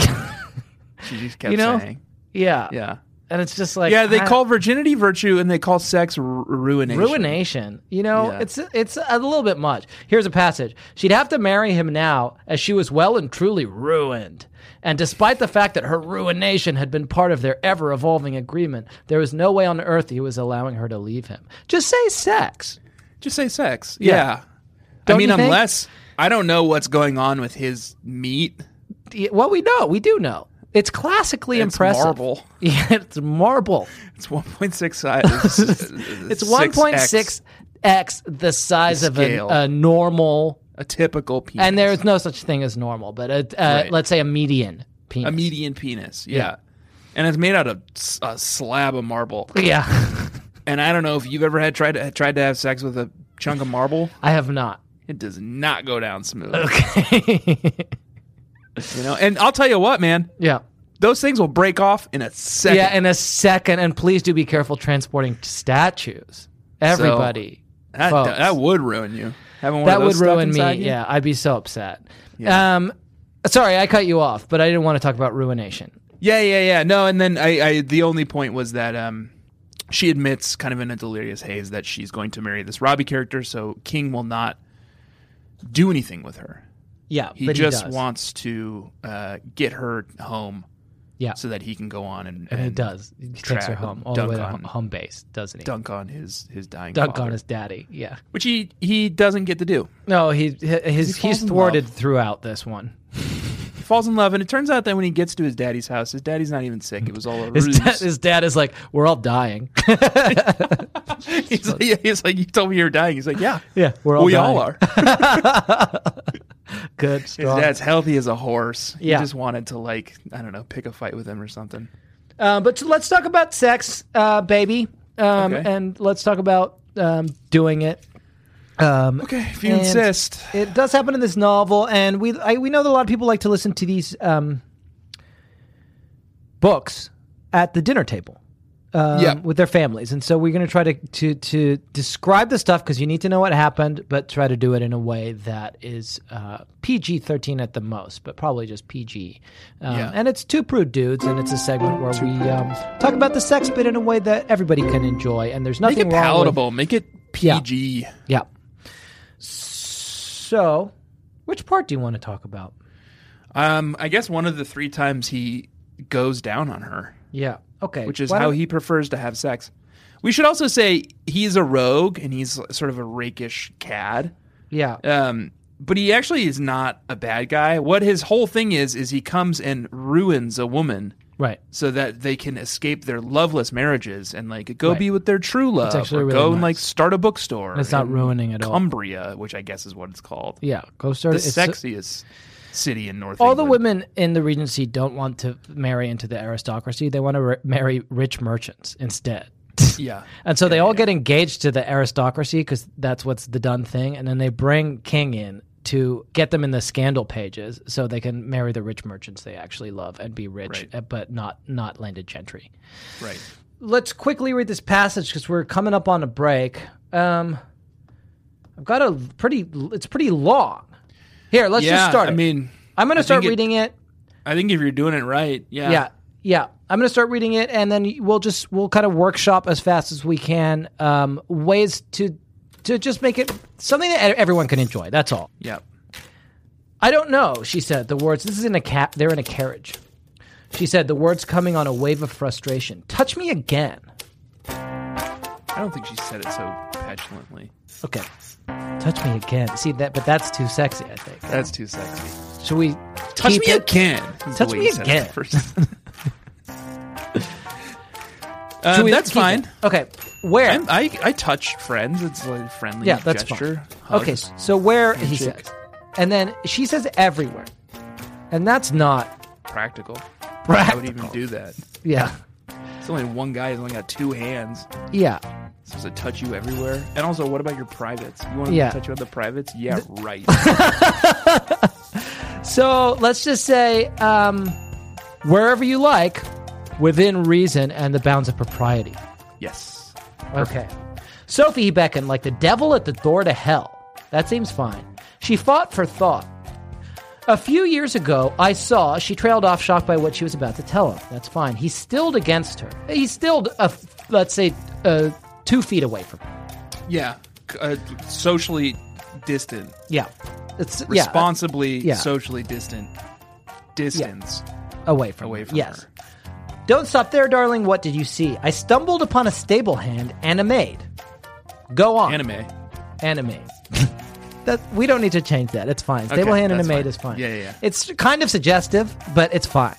C: just kept
B: You know?
C: saying.
B: yeah.
C: Yeah.
B: and it's just like
C: yeah, they
B: I-
C: call virginity virtue and they call sex r- ruination.
B: ruination. You know,
C: Yeah.
B: it's it's a little bit much. Here's a passage. She'd have to marry him now, as she was well and truly ruined. And despite the fact that her ruination had been part of their ever evolving agreement, there was no way on earth he was allowing her to leave him. Just say sex.
C: Just say sex.
B: Yeah.
C: Yeah.
B: Don't
C: I mean,
B: you think?
C: unless I don't know what's going on with his meat.
B: Well, we know, we do know. It's classically
C: It's
B: impressive.
C: marble.
B: Yeah, it's marble.
C: It's one point six size. it's
B: It's 1.6x the size of an,
C: Scale.
B: a normal,
C: A typical penis.
B: and there's no such thing as normal, but a, uh,
C: Right.
B: let's say a median penis.
C: a median penis. Yeah.
B: Yeah.
C: And it's made out of s- a slab of marble.
B: Yeah.
C: And I don't know if you've ever had tried to tried to have sex with a chunk of marble.
B: I have not.
C: It does not go down smooth.
B: Okay.
C: You know. And I'll tell you what, man,
B: yeah.
C: those things will break off in a second.
B: Yeah, in a second. And please do be careful transporting statues. Everybody.
C: that,
B: folks.
C: that would ruin you. Having one
B: that
C: of those
B: would
C: stuck
B: ruin me.
C: inside you?
B: Yeah, I'd be so upset.
C: Yeah.
B: Um, sorry, I cut you off, but I didn't want to talk about ruination.
C: Yeah, yeah, yeah. No, and then I, I the only point was that um she admits kind of in a delirious haze that she's going to marry this Robbie character, so King will not do anything with her.
B: Yeah,
C: He
B: but
C: just
B: does.
C: wants to uh, get her home
B: Yeah.
C: so that he can go on and,
B: And he does. He takes her
C: track
B: home
C: and
B: all the
C: dunk
B: way to
C: on-
B: ho- home base, doesn't he?
C: dunk on his his dying
B: Dunk
C: father,
B: on his daddy. Yeah.
C: which he he doesn't get to do.
B: No, he hi- his,
C: falls
B: he's
C: in
B: thwarted
C: love.
B: throughout this one.
C: He falls in love, and it turns out that when he gets to his daddy's house, his daddy's not even sick. It was all a
B: His,
C: ruse.
B: da- his dad is like, "We're all dying."
C: he's, like, he's like, "You told me you were dying." He's like, "Yeah,
B: yeah, we're all
C: we
B: dying.
C: all are."
B: good.
C: His
B: Strong.
C: dad's healthy as a horse.
B: Yeah.
C: He just wanted to like, I don't know, pick a fight with him or something.
B: Uh, but so let's talk about sex, uh, baby, um,
C: Okay.
B: and let's talk about um, doing it. Um,
C: Okay, if you
B: and
C: insist.
B: It does happen in this novel, and we I, we know that a lot of people like to listen to these um, books at the dinner table. Um,
C: Yeah.
B: with their families, and so we're going to try to to to describe the stuff because you need to know what happened, but try to do it in a way that is uh, PG thirteen at the most, but probably just PG. Um,
C: Yeah.
B: And it's two prude dudes, and it's a segment where we um, talk about the sex bit in a way that everybody can enjoy, and there's
C: Make
B: nothing
C: it
B: wrong
C: palatable. Make it
B: Yeah.
C: PG.
B: With, yeah. So, which part do you want to talk about?
C: Um, I guess one of the three times he goes down on her,
B: Yeah. Okay.
C: which is
B: Why
C: how
B: don't-
C: he prefers to have sex. We should also say he's a rogue and he's sort of a rakish cad.
B: Yeah.
C: Um, but he actually is not a bad guy. What his whole thing is is he comes and ruins a woman
B: Right.
C: so that they can escape their loveless marriages and like go
B: Right.
C: be with their true love
B: actually
C: or
B: really
C: go and
B: nice.
C: like start a bookstore.
B: It's not
C: in
B: ruining at all.
C: Cumbria, which I guess is what it's called.
B: yeah. Go start.
C: The
B: it's-
C: sexiest city in North
B: all the
C: England.
B: women in the Regency don't want to marry into the aristocracy. They want to ri marry rich merchants instead.
C: Yeah.
B: And so they all get engaged to the aristocracy because that's what's the done thing. And then they bring King in to get them in the scandal pages so they can marry the rich merchants they actually love and be rich,
C: Right.
B: uh, but not not landed gentry.
C: Right.
B: Let's quickly read this passage because we're coming up on a break. Um, I've got a pretty. It's pretty long. Here, let's
C: yeah,
B: just start.
C: I
B: it.
C: mean,
B: I'm going
C: I
B: to start
C: think it-
B: reading it.
C: I think if you're doing it right, yeah.
B: yeah yeah i'm going to start reading it and then we'll just we'll kind of workshop as fast as we can um, ways to to just make it something that e- everyone can enjoy that's all
C: Yeah.
B: i don't know she said the words this is in a cat they're in a carriage she said the words coming on a wave of frustration touch me again
C: I don't think she said it so petulantly.
B: okay touch me again see that but that's too sexy i think
C: That's too sexy.
B: should we
C: Touch
B: keep
C: me
B: it?
C: again. is the
B: Touch
C: way
B: me
C: he said it
B: again.
C: at First. Um,
B: Should we
C: that's
B: keep it?
C: fine.
B: okay where
C: I'm, I I touch friends. It's like a friendly
B: Yeah, that's
C: gesture.
B: fine.
C: hug.
B: Okay, so where he
C: Handshake.
B: says, and then she says everywhere, and that's not
C: practical. I would
B: practical.
C: even do that.
B: Yeah,
C: It's only one guy. He's only got two hands.
B: yeah.
C: So does it touch you everywhere? And also, what about your privates? You want him
B: Yeah.
C: to touch you on the privates? Yeah, right.
B: So let's just say um, wherever you like, within reason and the bounds of propriety.
C: yes.
B: Okay. Sophie he beckoned like the devil at the door to hell. That seems fine. She fought for thought. A few years ago, I saw she trailed off shocked by what she was about to tell him. That's fine. He stilled against her. He stilled, a, let's say, uh, two feet away from her.
C: Yeah, c- uh, socially distant,
B: Yeah. It's yeah,
C: responsibly
B: yeah.
C: socially distant, distance.
B: away from
C: away
B: her.
C: from
B: yes.
C: her.
B: Don't stop there, darling. What did you see? I stumbled upon a stable hand and a maid. Go on.
C: Anime.
B: and a maid. that we don't need to change that. It's fine. Stable
C: Okay,
B: hand and a
C: that's
B: maid
C: fine.
B: is fine.
C: Yeah, yeah, yeah.
B: It's kind of suggestive, but it's fine.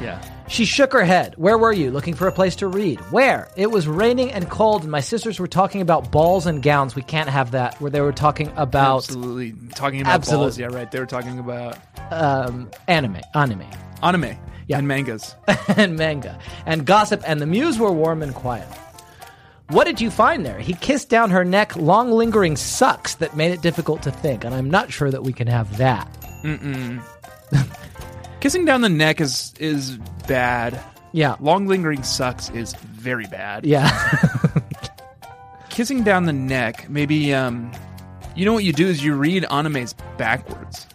C: Yeah.
B: She shook her head. Where were you? Looking for a place to read. Where? It was raining and cold, and my sisters were talking about balls and gowns. We can't have that. Where they were talking about
C: Absolutely. Talking about
B: Absolutely.
C: balls. Yeah, right. They were talking about
B: um, anime, anime,
C: anime
B: Yeah.
C: and mangas.
B: and manga, and gossip, and the mews were warm and quiet. What did you find there? He kissed down her neck, long lingering sucks that made it difficult to think, and I'm not sure that we can have that.
C: Kissing down the neck is is bad.
B: Yeah.
C: Long lingering sucks is very bad.
B: Yeah.
C: Kissing down the neck, maybe um you know what you do is you read animes backwards.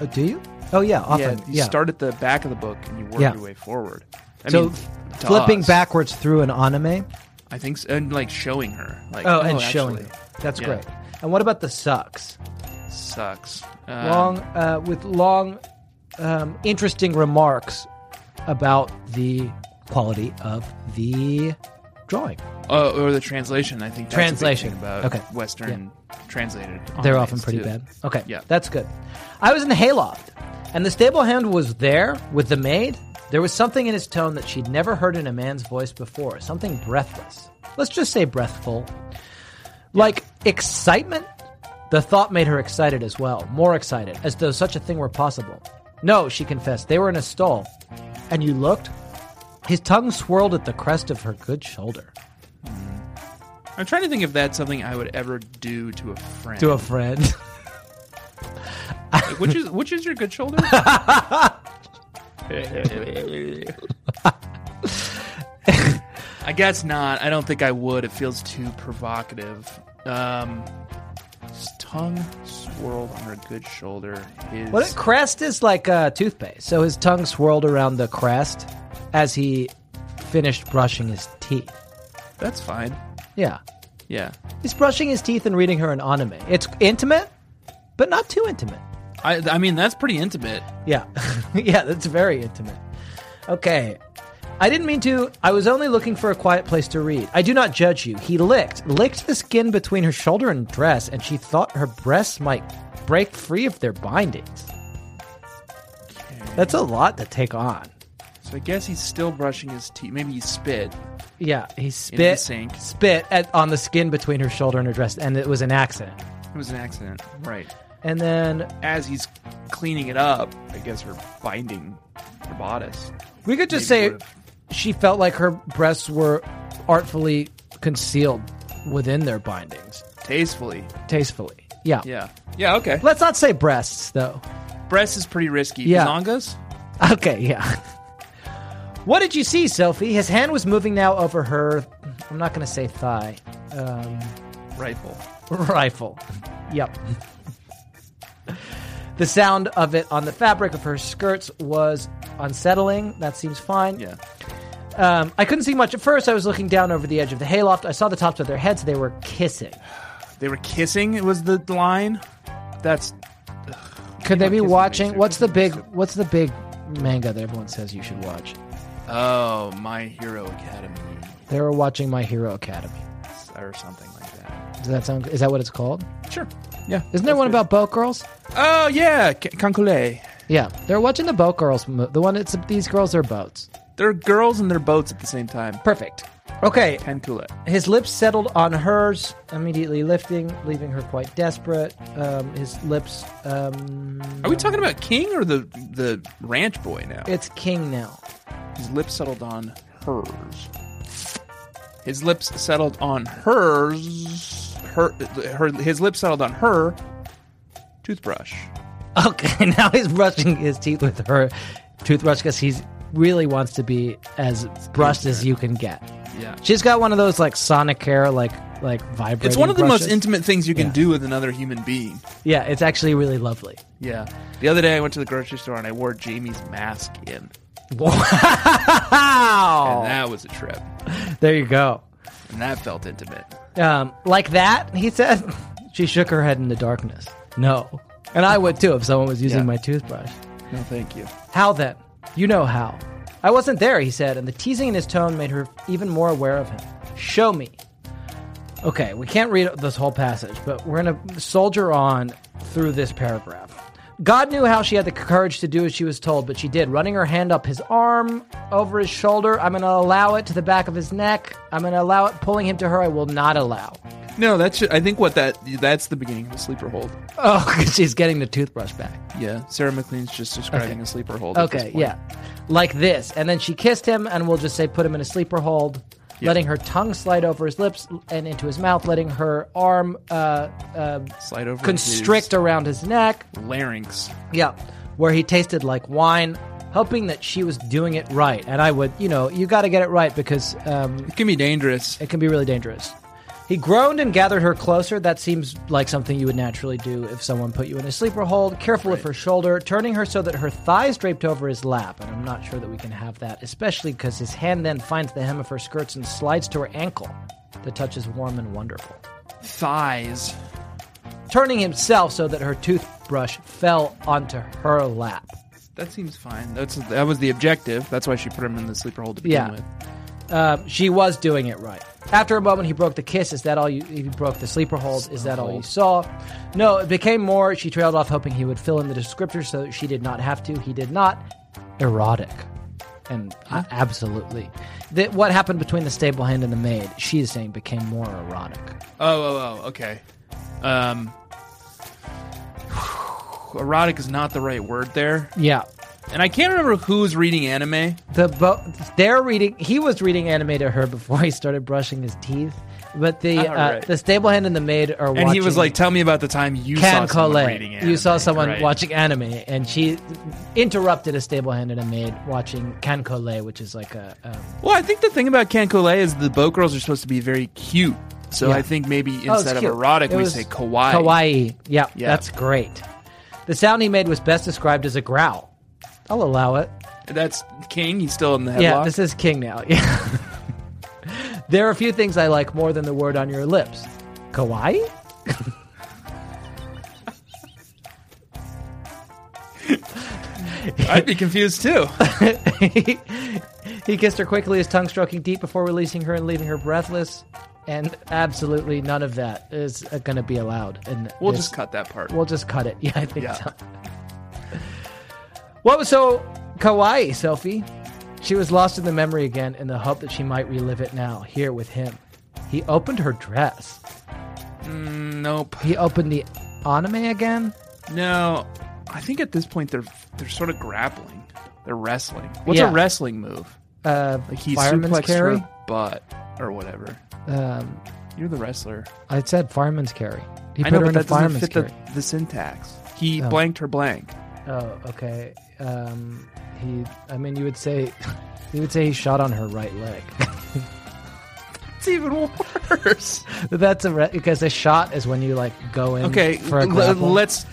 B: Oh, do you? Oh yeah, often.
C: you
B: Yeah.
C: start at the back of the book and you work
B: Yeah.
C: your way forward. I
B: so
C: mean, to
B: flipping
C: us,
B: backwards through an anime.
C: I think, so, and like showing her, like
B: Oh, and showing
C: actually,
B: it. That's
C: Yeah.
B: great. And what about the sucks?
C: sucks. Um,
B: Long uh, with long, um, interesting remarks about the quality of the drawing.
C: Oh, or the translation. I think that's a big
B: Translation.
C: thing about
B: Okay.
C: Western translated.
B: They're
C: animes,
B: often pretty
C: too.
B: bad. Okay,
C: Yeah.
B: that's good. I was in the hayloft, and the stable hand was there with the maid. There was something in his tone that she'd never heard in a man's voice before, something breathless. Let's just say breathful. Like excitement? The thought made her excited as well, more excited, as though such a thing were possible. No, she confessed, they were in a stall. And you looked? His tongue swirled at the crest of her good shoulder.
C: I'm trying to think if that's something I would ever do to a friend.
B: To a friend.
C: Like, which is which is your good shoulder? I guess not. I don't think I would. It feels too provocative. Um, his tongue swirled on her good shoulder. His
B: Well, a crest is like uh, toothpaste, so his tongue swirled around the crest as he finished brushing his teeth.
C: that's fine.
B: Yeah,
C: Yeah,
B: he's brushing his teeth and reading her an anime. It's intimate, but not too intimate.
C: I I mean that's pretty intimate.
B: Yeah, yeah, that's very intimate. Okay. I didn't mean to. I was only looking for a quiet place to read. I do not judge you. He licked, licked the skin between her shoulder and dress, and she thought her breasts might break free of their bindings. That's a lot to take on.
C: So I guess he's still brushing his teeth. Maybe he spit.
B: Yeah, he
C: In
B: spit
C: the sink.
B: spit at, on the skin between her shoulder and her dress, and it was an accident.
C: It was an accident, right?
B: And then
C: As he's cleaning it up, I guess her binding her bodice.
B: we could just
C: Maybe
B: say
C: would've-
B: she felt like her breasts were artfully concealed within their bindings,
C: tastefully.
B: tastefully. Yeah.
C: Yeah. Yeah. Okay.
B: Let's not say breasts though.
C: Breast is pretty risky.
B: Yeah.
C: Mangas.
B: Okay, yeah. What did you see, Sophie? His hand was moving now over her. I'm not going to say thigh. Um,
C: Rifle.
B: rifle. Yep. the sound of it on the fabric of her skirts was unsettling. That seems fine.
C: Yeah.
B: Um, I couldn't see much at first. I was looking down over the edge of the hayloft. I saw the tops of their heads. They were kissing.
C: They were kissing. It was the line. That's
B: Could they be
C: kissing
B: watching?
C: makes
B: What's the big?
C: everything so-
B: What's the big manga that everyone says you should watch?
C: oh my hero academy
B: They were watching My Hero Academy.
C: or something like that.
B: Does that sound? Is that what it's called?
C: Sure. Yeah.
B: Isn't there
C: that's
B: one
C: good.
B: about boat girls?
C: Oh yeah, K- Kankule.
B: Yeah, they're watching the boat girls. mo- The one it's these girls are boats.
C: They're girls and their boats at the same time.
B: Perfect. Okay,
C: Kankule.
B: His lips settled on hers, immediately lifting, leaving her quite desperate. Um, his lips. Um,
C: Are we talking about King or the the ranch boy now?
B: it's King now.
C: His lips settled on hers. His lips settled on hers. Her, her, his lips settled on her toothbrush.
B: Okay, now he's brushing his teeth with her toothbrush because he really wants to be as brushed as you can get.
C: Yeah.
B: She's got one of those like Sonicare like like vibrating.
C: It's one of the most
B: brushes.
C: intimate things you can
B: Yeah.
C: do with another human being.
B: Yeah, it's actually really lovely.
C: Yeah. The other day I went to the grocery store and I wore Jamie's mask in. And
B: Wow.
C: that was a trip.
B: There you go.
C: And that felt intimate.
B: Um, like that, he said. She shook her head in the darkness. No. And I would too if someone was using
C: Yeah.
B: my toothbrush.
C: No, thank you.
B: How then? You know how. I wasn't there, he said, and the teasing in his tone made her even more aware of him. Show me. Okay, we can't read this whole passage, but we're going to soldier on through this paragraph. God knew how she had the courage to do as she was told, but she did, running her hand up his arm, over his shoulder. I'm going to allow it to the back of his neck. I'm going to allow it, pulling him to her. I will not allow.
C: No, that's I think what that that's the beginning of a sleeper hold.
B: Oh, she's getting the toothbrush back.
C: Yeah, Sarah McLean's just describing
B: Okay.
C: a sleeper hold. at this
B: Okay,
C: point.
B: yeah. Like this. And then she kissed him, and we'll just say put him in a sleeper hold, letting her tongue slide over his lips and into his mouth, letting her arm uh, uh,
C: Slide over
B: constrict around his neck.
C: his larynx.
B: Yeah, where he tasted like wine, hoping that she was doing it right. And I would, you know, you got to get it right because um,
C: It can be dangerous.
B: it can be really dangerous. He groaned and gathered her closer. That seems like something you would naturally do if someone put you in a sleeper hold, careful of her shoulder, turning her so that her thighs draped over his lap. And I'm not sure that we can have that, especially because his hand then finds the hem of her skirts and slides to her ankle. The touch is warm and wonderful.
C: Thighs.
B: Turning himself so that her toothbrush fell onto her lap.
C: That seems fine. That's that was the objective. That's why she put him in the sleeper hold to begin
B: Yeah.
C: with.
B: Um, she was doing it right. After a moment, he broke the kiss. Is that all you? He broke the sleeper hold. Is that all you saw? No, it became more. She trailed off, hoping he would fill in the descriptor so that she did not have to. He did not. Erotic. And uh, absolutely. That what happened between the stable hand and the maid, she is saying, became more erotic.
C: Oh, oh, oh, okay. Um, erotic is not the right word there.
B: Yeah.
C: And I can't remember who's reading anime.
B: The bo- they're reading. He was reading anime to her before he started brushing his teeth. But the
C: All
B: uh,
C: right.
B: the stable hand and the maid are watching.
C: And he was like, tell me about the time you
B: Can
C: saw someone
B: Colette.
C: reading anime.
B: You saw someone
C: Right.
B: watching anime, and she interrupted a stable-handed and maid watching Can Colette, which is like a. Um,
C: Well, I think the thing about Can Colette is the boat girls are supposed to be very cute. So
B: Yeah.
C: I think maybe
B: oh, it's
C: instead of
B: cute.
C: erotic,
B: It
C: we
B: was
C: say kawaii.
B: Kawaii. Yeah,
C: Yeah.
B: that's great. The sound he made was best described as a growl. I'll allow it.
C: That's King. He's still in the headlock.
B: Yeah, this is king now. Yeah. there are a few things I like more than the word on your lips. Kawaii?
C: I'd be confused too.
B: he kissed her quickly, his tongue stroking deep before releasing her and leaving her breathless. And absolutely none of that is going to be allowed. And
C: We'll just cut that part.
B: we'll just cut it. Yeah, I think
C: Yeah.
B: so. What was so kawaii, Sophie? She was lost in the memory again, in the hope that she might relive it now, here with him. He opened her dress.
C: nope.
B: He opened the anime again.
C: No, I think at this point they're they're sort of grappling. They're wrestling. What's
B: Yeah.
C: a wrestling move?
B: Uh,
C: Like he
B: fireman's
C: suplexed
B: carry.
C: her butt or whatever.
B: Um,
C: You're the wrestler.
B: I said fireman's carry. He
C: I
B: put
C: know,
B: her
C: but
B: in a
C: that doesn't
B: fireman's
C: fit
B: carry.
C: the, the syntax. He
B: Oh.
C: blanked her blank.
B: Oh, okay. Um, he. I mean, you would say, you would say he shot on her right leg.
C: It's even worse.
B: That's a re- because a shot is when you like go in.
C: okay,
B: for a
C: l-
B: grapple.
C: let's c-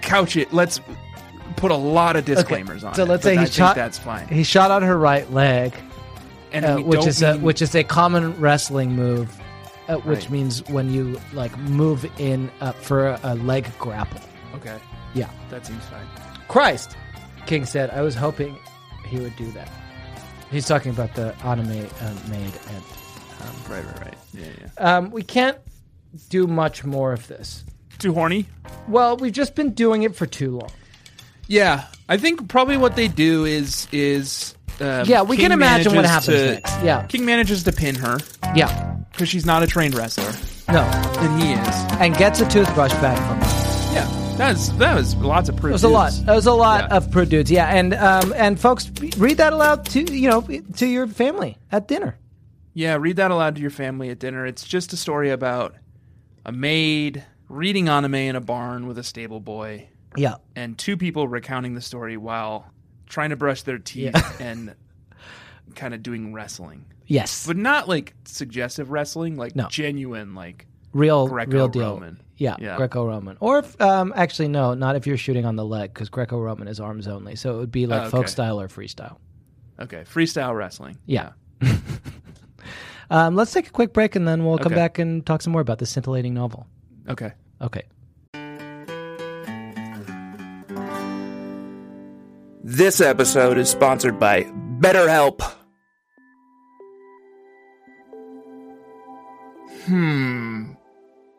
C: couch it. Let's put a lot of disclaimers on.
B: so
C: it,
B: let's
C: but
B: say
C: I
B: he
C: think
B: shot-
C: that's fine.
B: He shot on her right leg,
C: And
B: uh,
C: we
B: which
C: don't
B: is a
C: mean-
B: which is a common wrestling move, uh, which
C: Right.
B: means when you like move in uh, for a, a leg grapple.
C: okay.
B: Yeah.
C: That seems fine.
B: Christ, King said. I was hoping he would do that. He's talking about the anime uh, maid and
C: Right, right, right. Yeah, yeah.
B: Um, we can't do much more of this.
C: Too horny.
B: Well, we've just been doing it for too long.
C: Yeah, I think probably what they do is is um,
B: Yeah, we can imagine what
C: manages
B: happens
C: to-
B: next. Yeah.
C: King manages to pin her
B: Yeah.
C: because she's not a trained wrestler,
B: No.
C: and he is.
B: And gets a toothbrush back from her.
C: Yeah, that's that was lots of proof.
B: It was a lot. It was a lot
C: Yeah.
B: of pro dudes. Yeah. And um, and folks, read that aloud to you know to your family at dinner.
C: Yeah, read that aloud to your family at dinner. It's just a story about a maid reading anime in a barn with a stable boy,
B: Yeah.
C: and two people recounting the story while trying to brush their teeth and
D: kind of doing wrestling,
B: Yes,
D: but not like suggestive wrestling, like
B: No.
D: genuine, like
B: real real deal.
D: Greco-Roman.
B: Yeah,
D: Yeah.
B: Greco-Roman. Or if um, actually no, not if you're shooting on the leg because Greco-Roman is arms only. So it would be like
D: Oh, okay.
B: folk style or freestyle.
D: okay, freestyle wrestling.
B: Yeah. Um, let's take a quick break and then we'll come
D: Okay.
B: back and talk some more about this scintillating novel.
D: Yeah. Okay.
B: Okay.
C: This episode is sponsored by BetterHelp. Hmm.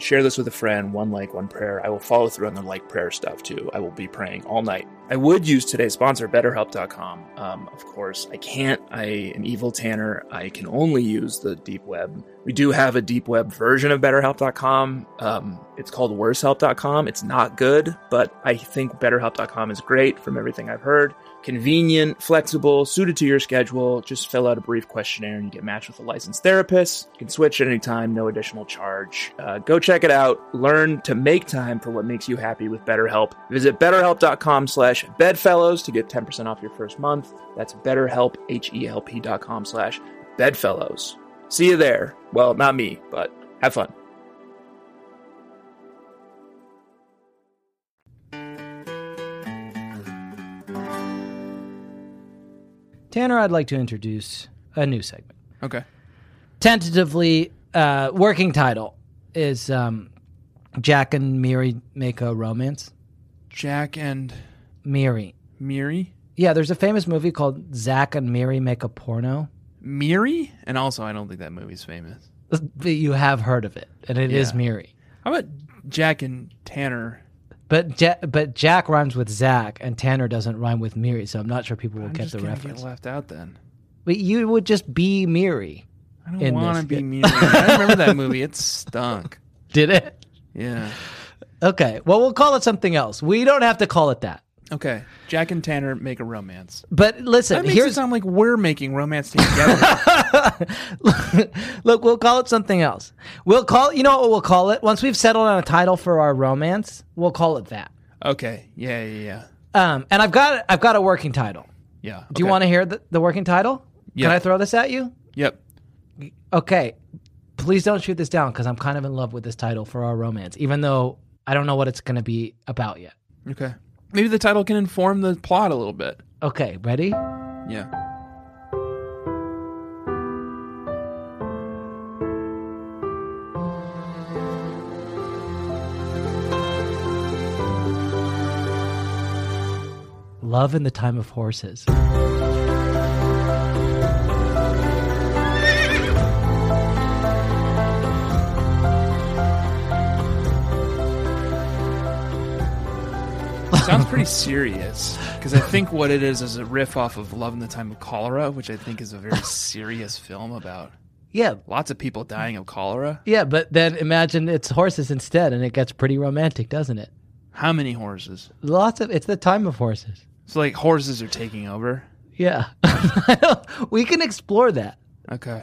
C: Share this with a friend, one like, one prayer. I will follow through on the like prayer stuff too. I will be praying all night. I would use today's sponsor, BetterHelp.com. Um, of course, I can't. I am evil Tanner. I can only use the deep web. We do have a deep web version of BetterHelp.com. Um, it's called WorseHelp.com. It's not good, but I think BetterHelp.com is great from everything I've heard. Convenient, flexible, suited to your schedule. Just fill out a brief questionnaire and you get matched with a licensed therapist. You can switch at any time, no additional charge. Uh, go check it out. Learn to make time for what makes you happy with BetterHelp. Visit betterhelp.com slash bedfellows to get 10% off your first month. That's betterhelp, H-E-L-P dot com slash bedfellows. See you there. Well, not me, but have fun.
B: Tanner, I'd like to introduce a new segment.
D: Okay.
B: tentatively uh, working title is um, Jack and Miri make a romance.
D: Jack and
B: Miri.
D: Miri.
B: Yeah, there's a famous movie called Zach and Miri Make a Porno.
D: Miri? And also, I don't think that movie's famous.
B: But you have heard of it, and it is
D: Yeah.
B: Miri.
D: How about Jack and Tanner?
B: But ja- but Jack rhymes with Zach, and Tanner doesn't rhyme with Miri, so I'm not sure people will
D: I'm
B: get
D: just
B: the
D: gonna
B: reference.
D: Get left out then.
B: but you would just be Miri.
D: I don't
B: In
D: want
B: this-
D: to be Miri. I remember that movie. It stunk.
B: Did it?
D: Yeah.
B: Okay. Well, we'll call it something else. We don't have to call it that.
D: Okay. Jack and Tanner make a romance.
B: But listen,
D: That makes it
B: here's
D: sound like we're making romance together.
B: Look, we'll call it something else. We'll call you know what we'll call it? Once we've settled on a title for our romance, we'll call it that.
D: okay. Yeah. Yeah. Yeah.
B: Um, and I've got I've got a working title.
D: Yeah.
B: Do you want to hear the, the working title?
D: Yeah.
B: Can I throw this at you?
D: Yep.
B: Okay. Please don't shoot this down because I'm kind of in love with this title for our romance, even though I don't know what it's gonna be about yet.
D: Okay. Maybe the title can inform the plot a little bit.
B: Okay, ready?
D: Yeah.
B: Love in the Time of Horses.
D: Sounds pretty serious because I think what it is is a riff off of Love in the Time of Cholera, which I think is a very serious film about
B: Yeah.
D: lots of people dying of cholera.
B: Yeah, but then imagine it's horses instead and it gets pretty romantic, doesn't it?
D: How many horses?
B: Lots of it's the time of horses.
D: So like horses are taking over.
B: Yeah. I don't- we can explore that.
D: Okay.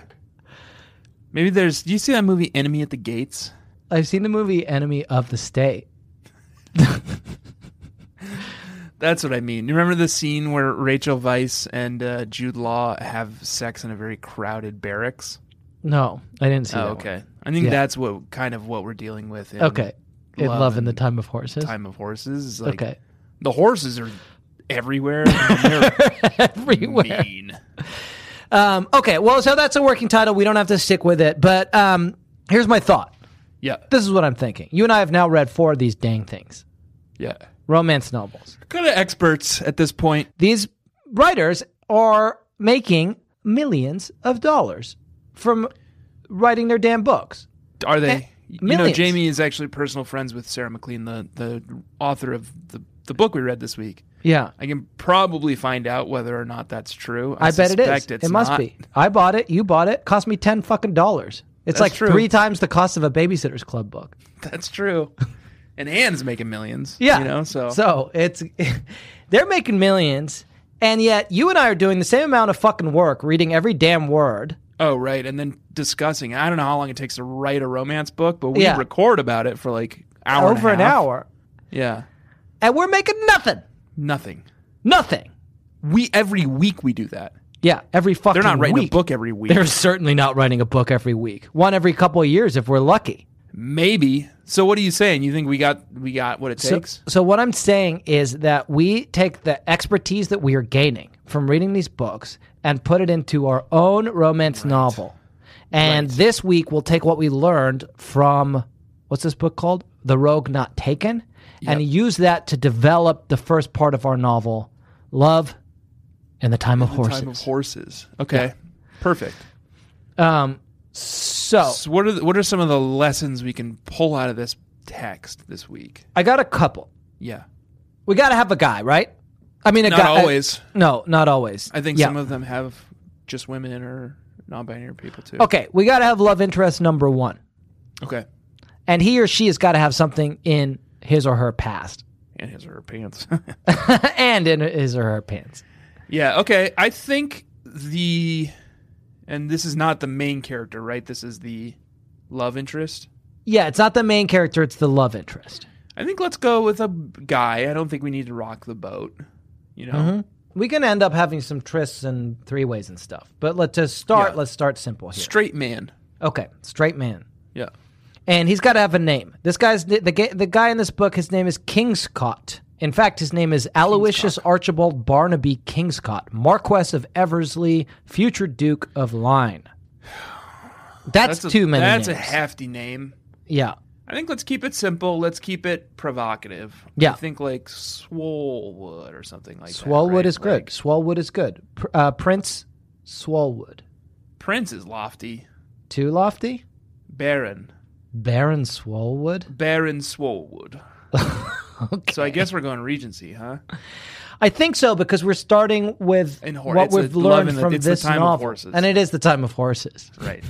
D: Maybe there's. Do you see that movie Enemy at the Gates?
B: I've seen the movie Enemy of the State.
D: That's what I mean. You remember the scene where Rachel Weisz and uh, Jude Law have sex in a very crowded barracks?
B: No, I didn't see
D: Oh,
B: that. one.
D: okay. I think
B: Yeah.
D: that's what kind of what we're dealing with. In
B: Okay. In
D: Love
B: Love, in the
D: and
B: Time of Horses.
D: Time of horses. is Like,
B: okay.
D: The horses are everywhere. and They're
B: Everywhere.
D: mean.
B: Um, okay. Well, so that's a working title. We don't have to stick with it. But um, here's my thought.
D: Yeah.
B: This is what I'm thinking. You and I have now read four of these dang things.
D: Yeah.
B: Romance novels.
D: Kind of experts at this point.
B: These writers are making millions of dollars from writing their damn books.
D: Are they? You know,
B: Eh, millions.
D: Jamie is actually personal friends with Sarah McLean, the, the author of the, the book we read this week.
B: Yeah.
D: I can probably find out whether or not that's true.
B: I, bet it is.
D: suspect it's
B: it must
D: not.
B: be. I bought it. You bought it. Cost me ten fucking dollars. It's
D: That's
B: like
D: true.
B: three times the cost of a Babysitter's Club book.
D: That's true. And Anne's making millions.
B: Yeah.
D: You know, so,
B: So it's they're making millions, and yet you and I are doing the same amount of fucking work reading every damn word.
D: Oh, right. And then discussing. I don't know how long it takes to write a romance book, but we
B: Yeah.
D: record about it for like hour and a
B: over an
D: half.
B: hour,
D: Yeah.
B: and we're making nothing.
D: Nothing.
B: Nothing.
D: We every week we do that.
B: Yeah, every fucking
D: They're not writing
B: week.
D: a book every week.
B: They're certainly not writing a book every week. One every couple of years if we're lucky.
D: Maybe. So what are you saying? You think we got we got what it
B: So,
D: takes?
B: so what I'm saying is that we take the expertise that we are gaining from reading these books and put it into our own romance novel. And this week we'll take what we learned from what's this book called? The Rogue Not Taken and use that to develop the first part of our novel, Love and the Time of Horses.
D: Time of horses. Okay. Perfect.
B: um so
D: So what are the, what are some of the lessons we can pull out of this text this week?
B: I got a couple.
D: Yeah.
B: We got to have a guy, right? I mean, a
D: Not
B: guy. I-
D: always.
B: no, not always.
D: I think
B: Yeah.
D: some of them have just women or non-binary people too.
B: Okay, we got to have love interest number one,
D: Okay.
B: and he or she has got to have something in his or her past,
D: And his or her pants.
B: and in his or her pants.
D: yeah, okay. I think the and this is not the main character, right? This is the love interest.
B: Yeah, it's not the main character; it's the love interest.
D: I think let's go with a guy. I don't think we need to rock the boat, you know.
B: Mm-hmm. We can end up having some trysts and three ways and stuff, but let's just start.
D: Yeah.
B: Let's start simple here.
D: Straight man.
B: okay, straight man,
D: Yeah.
B: and he's got to have a name. This guy's the, the ga- the guy in this book. His name is Kingscott. In fact, his name is Aloysius Archibald Barnaby Kingscott, Marquess of Eversley, future Duke of Lyne. That's,
D: a,
B: too many.
D: That's a
B: names.
D: hefty name.
B: Yeah.
D: I think let's keep it simple. Let's keep it provocative.
B: Yeah.
D: I think like Swolewood or something like that.
B: Swalwood
D: right?
B: is good.
D: Like,
B: Swalwood is good. Pr- uh, Prince Swalwood.
D: Prince is lofty.
B: Too lofty?
D: Baron.
B: Baron Swalwood?
D: Baron Swolewood.
B: Okay.
D: So I guess we're going Regency, huh?
B: I think so because we're starting with
D: And hor-
B: what
D: it's a
B: we've
D: love
B: learned
D: and the-
B: from
D: it's the
B: this
D: time of
B: novel.
D: horses.
B: And it is the time of horses.
D: Right.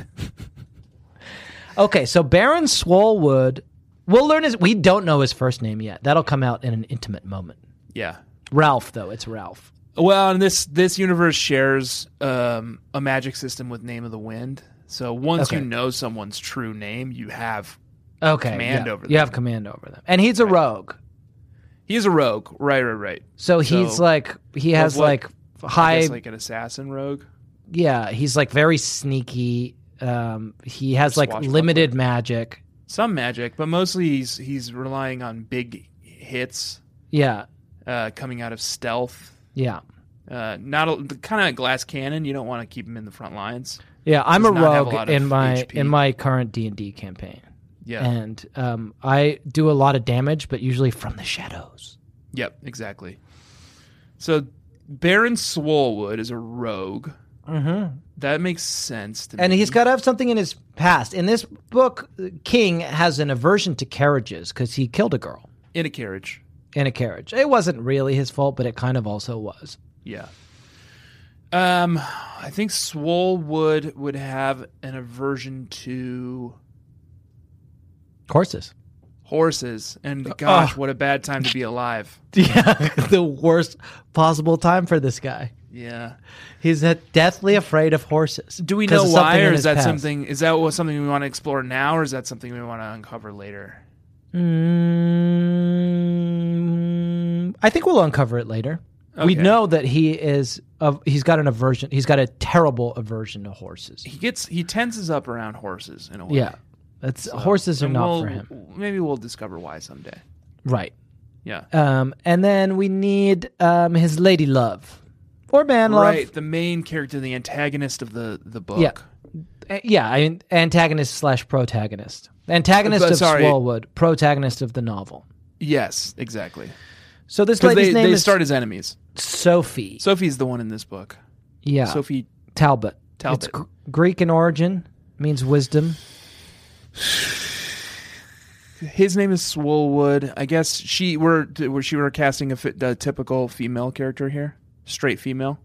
B: Okay, so Baron Swalwood, we'll learn his. We don't know his first name yet. That'll come out in an intimate moment.
D: Yeah.
B: Ralph, though, it's Ralph.
D: Well, and this this universe shares um, a magic system with Name of the Wind. So once
B: Okay.
D: you know someone's true name, you have
B: Okay,
D: Command
B: yeah.
D: over
B: you have command over them, and he's a rogue.
D: he is a rogue. Right, right, right.
B: So he's
D: So-
B: like he has
D: what-
B: like
D: I
B: high
D: guess like an assassin rogue.
B: yeah he's like very sneaky um he has like
D: Swashbuckler.
B: limited magic
D: Some magic, but mostly he's he's relying on big hits
B: yeah
D: uh, coming out of stealth.
B: yeah
D: Uh, not a, kind of glass cannon. You don't want to keep him in the front lines.
B: yeah i'm a
D: Does not have a
B: rogue
D: lot of
B: in my
D: HP.
B: in my current d&d campaign
D: Yeah.
B: and um i do a lot of damage but usually from the shadows
D: Yep, exactly. So Baron Swalwood is a rogue.
B: mm-hmm.
D: That makes sense to
B: and
D: me.
B: he's got to have something in his past in this book king has an aversion to carriages because he killed a girl
D: in a carriage.
B: in a carriage it wasn't really his fault but it kind of also was
D: Yeah. Um, I think Swalwood would have an aversion to
B: horses
D: horses,
B: Uh,
D: and gosh,
B: ah.
D: what a bad time to be alive.
B: yeah the worst possible time for this guy
D: Yeah.
B: He's uh, deathly afraid of horses.
D: Do we
B: 'Cause
D: know
B: of
D: why,
B: something in
D: or is
B: his
D: that
B: past.
D: something? Is that what something we want to explore now, or is that something we want to uncover later?
B: Mm, I think we'll uncover it later. We
D: Okay.
B: know that he is. Of, he's got an aversion. He's got a terrible aversion to horses.
D: He gets he tenses up around horses in a way.
B: Yeah, that's horses are
D: And
B: not
D: we'll-
B: for him.
D: Maybe we'll discover why someday.
B: Right.
D: Yeah.
B: Um, and then we need um, his lady love or man love.
D: Right, the main character, the antagonist of the the book.
B: Yeah. Uh, Yeah. I mean, antagonist slash protagonist. Antagonist
D: Uh,
B: of
D: sorry.
B: Swallwood, protagonist of the novel.
D: Yes, exactly.
B: So this
D: Because
B: lady's
D: they,
B: name
D: they
B: is
D: start as enemies.
B: Sophie.
D: Sophie's the one in this book.
B: yeah,
D: Sophie
B: Talbot.
D: Talbot.
B: It's gr- Greek in origin, means wisdom.
D: His name is Swolewood. I guess she were were she were casting a, fit, a typical female character here, straight female.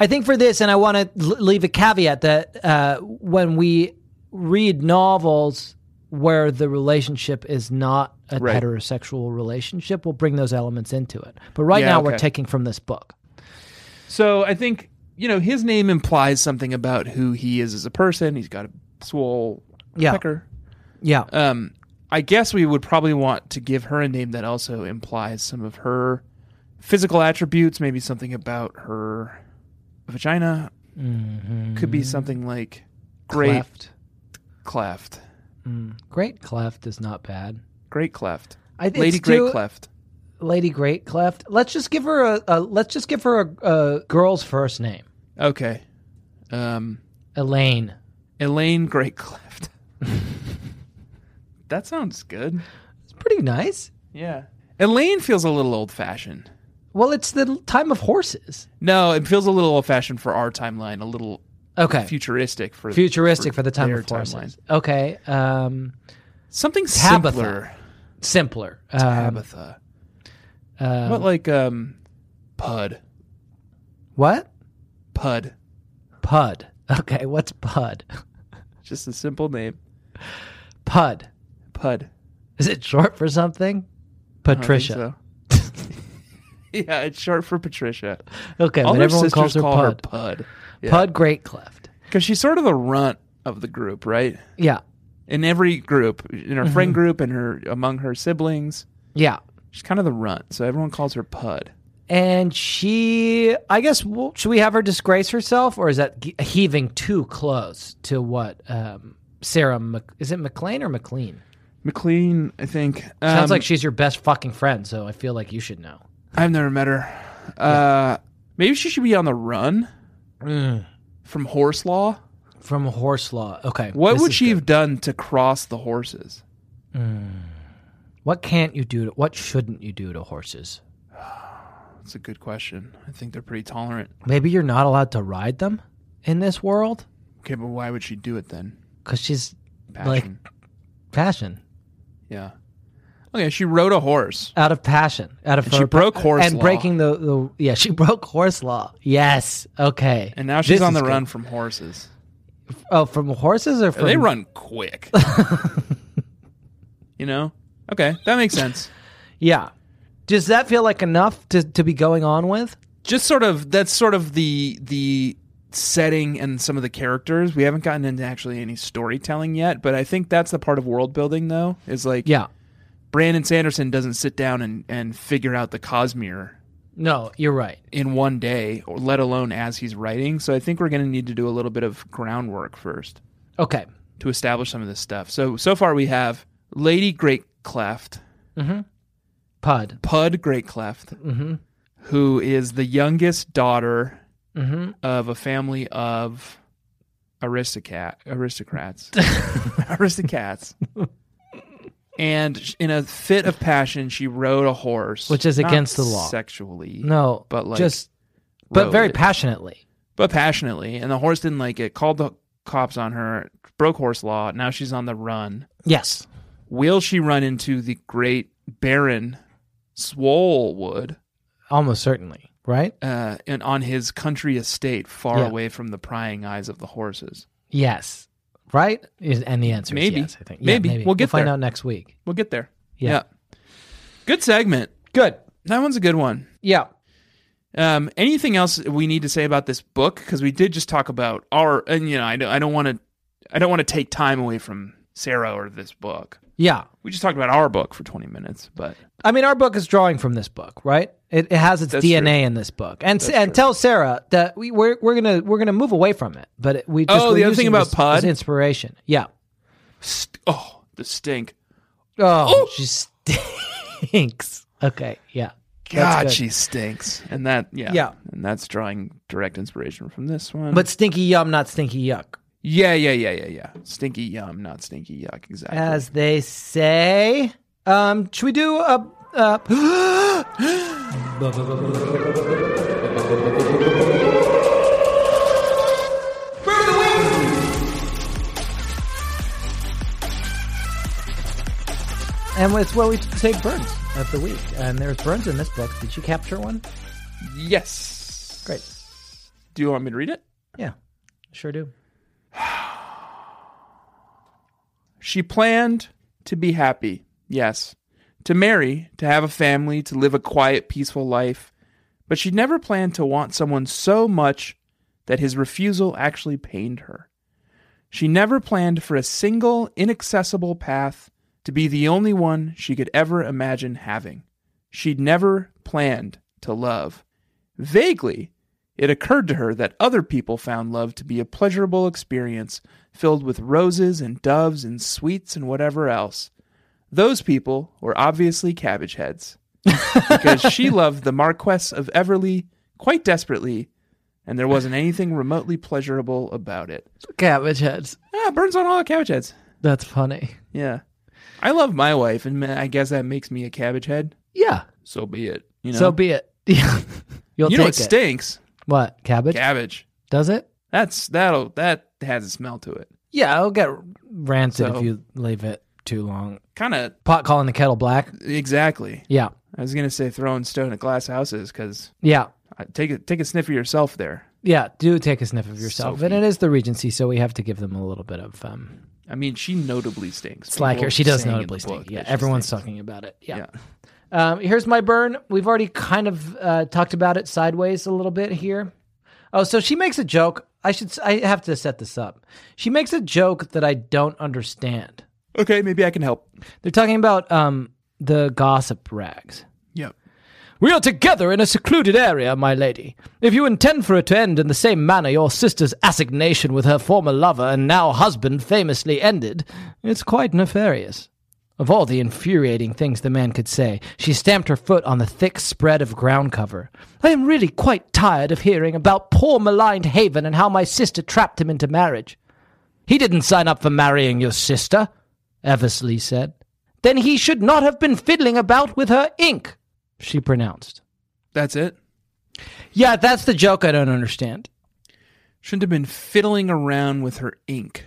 B: I think for this, and I want to l- leave a caveat that uh, when we read novels where the relationship is not a
D: Right.
B: heterosexual relationship, we'll bring those elements into it. But right
D: Yeah,
B: now,
D: okay.
B: we're taking from this book.
D: So I think you know his name implies something about who he is as a person. He's got a swole
B: Yeah.
D: pecker.
B: Yeah.
D: Um, I guess we would probably want to give her a name that also implies some of her physical attributes. Maybe something about her vagina. Could be something like great
B: Mm-hmm. Cleft.
D: cleft.
B: Great cleft is not bad.
D: Great cleft.
B: I think
D: Lady
B: it's
D: Great
B: too-
D: Cleft.
B: Lady Great Cleft. Let's just give her a, a let's just give her a, a girl's first name.
D: Okay. Um,
B: Elaine.
D: Elaine Great Cleft. that sounds good.
B: It's pretty nice.
D: Yeah. Elaine feels a little old fashioned.
B: Well, it's the time of horses.
D: No, it feels a little old fashioned for our timeline, a little
B: Okay.
D: futuristic for
B: Futuristic for the time
D: their
B: of horses. Okay. Um
D: Something
B: Tabitha.
D: simpler.
B: simpler. Um,
D: Tabitha.
B: um,
D: what like um Pud.
B: what?
D: Pud.
B: Pud. Okay, what's Pud?
D: Just a simple name.
B: Pud.
D: Pud.
B: Is it short for something?
D: I don't think
B: Patricia.
D: so. yeah, it's short for Patricia.
B: Okay,
D: All
B: but
D: her
B: everyone
D: sisters
B: calls her
D: call her
B: Pud.
D: Pud. Yeah.
B: Pud Great Cleft.
D: Because she's sort of the runt of the group, right?
B: Yeah.
D: In every group, in her friend
B: Mm-hmm.
D: group, and her among her siblings,
B: Yeah.
D: she's kind of the runt. So everyone calls her Pud.
B: And she, I guess, well, should we have her disgrace herself, or is that ge- heaving too close to what um, Sarah? Mc- is it McLean or McLean?
D: McLean, I think.
B: Sounds
D: Um,
B: like she's your best fucking friend, so I feel like you should know.
D: I've never met her. Uh, maybe she should be on the run Mm. from horse law.
B: From horse law, okay.
D: What
B: this
D: would
B: is
D: she
B: good.
D: have done to cross the horses?
B: What can't you do? To, what shouldn't you do to horses?
D: That's a good question. I think they're pretty tolerant.
B: Maybe you're not allowed to ride them in this world
D: Okay, but why would she do it then?
B: because she's
D: Passion.
B: passion,
D: yeah. Okay, she rode a horse.
B: out of passion, out of
D: And she broke horse
B: and
D: law.
B: breaking the, the yeah. She broke horse law. Yes, okay.
D: And now she's
B: This
D: on the
B: is good.
D: run from horses.
B: Oh, from horses or from
D: They run quick. you know? Okay, that makes sense.
B: Yeah. Does that feel like enough to, to be going on with?
D: Just sort of that's sort of the the setting and some of the characters. We haven't gotten into actually any storytelling yet, but I think that's the part of world building though, is like
B: Yeah.
D: Brandon Sanderson doesn't sit down and, and figure out the Cosmere
B: No, you're right.
D: in one day, or let alone as he's writing. So I think we're gonna need to do a little bit of groundwork first.
B: Okay.
D: to establish some of this stuff. So so far we have Lady Great Cleft,
B: Pud.
D: Pud Great Cleft, who is the youngest daughter
B: Mm-hmm.
D: of a family of aristocrat aristocrats, aristocrats. And sh- in a fit of passion, she rode a horse,
B: Which is
D: Not
B: against the law.
D: sexually,
B: No.
D: But, like,
B: just but
D: rode
B: very
D: it.
B: passionately.
D: but passionately. And the horse didn't like it. Called the cops on her. Broke horse law. Now she's on the run.
B: Yes.
D: Will she run into the great Baron Swolewood
B: Almost certainly, right?
D: uh, and on his country estate, far
B: Yeah.
D: away from the prying eyes of the horses?
B: Yes. Right? Is- And the answer
D: Maybe.
B: is yes, I think. Yeah,
D: Maybe. We'll get
B: find
D: there.
B: out next week.
D: We'll get there.
B: Yeah.
D: Good segment.
B: Good.
D: That one's a good one.
B: Yeah.
D: Um, anything else we need to say about this book? Because we did just talk about our, and you know, I don't, I don't want to, I don't want to take time away from Sarah or this book.
B: Yeah.
D: We just talked about our book for twenty minutes, but
B: I mean, our book is drawing from this book, right? It, it has its
D: That's
B: DNA in this book, and and tell Sarah that we, we're we're gonna we're gonna move away from it, but it, we just
D: Oh,
B: we're
D: the other
B: using
D: thing about
B: this-
D: Pod?
B: this inspiration, yeah.
D: st- oh, the stink!
B: Oh, she stinks. Okay, yeah,
D: God,
B: good.
D: she stinks, and that yeah,
B: Yeah.
D: and that's drawing direct inspiration from this one.
B: but stinky yum, not stinky yuck.
D: Yeah, yeah, yeah, yeah, yeah. Stinky yum, not stinky yuck. Exactly.
B: as they say. Um, should we do a? Uh, And it's where we take burns of the week. And there's burns in this book. Did you capture one?
D: yes.
B: Great.
D: Do you want me to read it?
B: Yeah, sure do.
D: She planned to be happy, yes, to marry, to have a family, to live a quiet, peaceful life, but she never planned to want someone so much that his refusal actually pained her. She never planned for a single, inaccessible path to be the only one she could ever imagine having. She'd never planned to love. Vaguely, it occurred to her that other people found love to be a pleasurable experience filled with roses and doves and sweets and whatever else. Those people were obviously cabbage heads because she loved the Marquess of Everly quite desperately, and there wasn't anything remotely pleasurable about it.
B: Cabbage heads.
D: Ah, burns on all the cabbage heads.
B: That's funny.
D: Yeah. I love my wife, and I guess that makes me a cabbage head.
B: Yeah.
D: So be it. You know,
B: So be it. You'll
D: you know
B: take
D: what
B: it.
D: stinks?
B: what cabbage?
D: Cabbage.
B: Does it?
D: That's that'll that has a smell to it.
B: Yeah, it'll get rancid
D: So-
B: if you leave it too long.
D: Kind of
B: Pot calling the kettle black.
D: exactly.
B: Yeah,
D: I was gonna say throwing stone at glass houses because
B: yeah,
D: take a take a sniff of yourself there.
B: yeah. Do take a sniff of yourself, and
D: Sophie.
B: it is the Regency, so we have to give them a little bit of um,
D: I mean, she notably stinks.
B: slack here.
D: People
B: She does
D: saying in the
B: notably
D: book
B: stink. Yeah,
D: that she
B: everyone's
D: stinks.
B: talking about it. Yeah. Um, here's my burn. We've already kind of uh, talked about it sideways a little bit here. Oh, so she makes a joke. I should. s- I have to set this up. She makes a joke that I don't understand.
D: Yeah. Okay, maybe I can help.
B: They're talking about um, the gossip rags.
D: Yep.
B: We are together in a secluded area, my lady. If you intend for it to end in the same manner your sister's assignation with her former lover and now husband famously ended, it's quite nefarious. Of all the infuriating things the man could say, she stamped her foot on the thick spread of ground cover. I am really quite tired of hearing about poor maligned Haven and how my sister trapped him into marriage. He didn't sign up for marrying your sister, Eversley said. Then he should not have been fiddling about with her ink she pronounced.
D: That's it.
B: Yeah, that's the joke I don't understand.
D: Shouldn't have been fiddling around with her ink.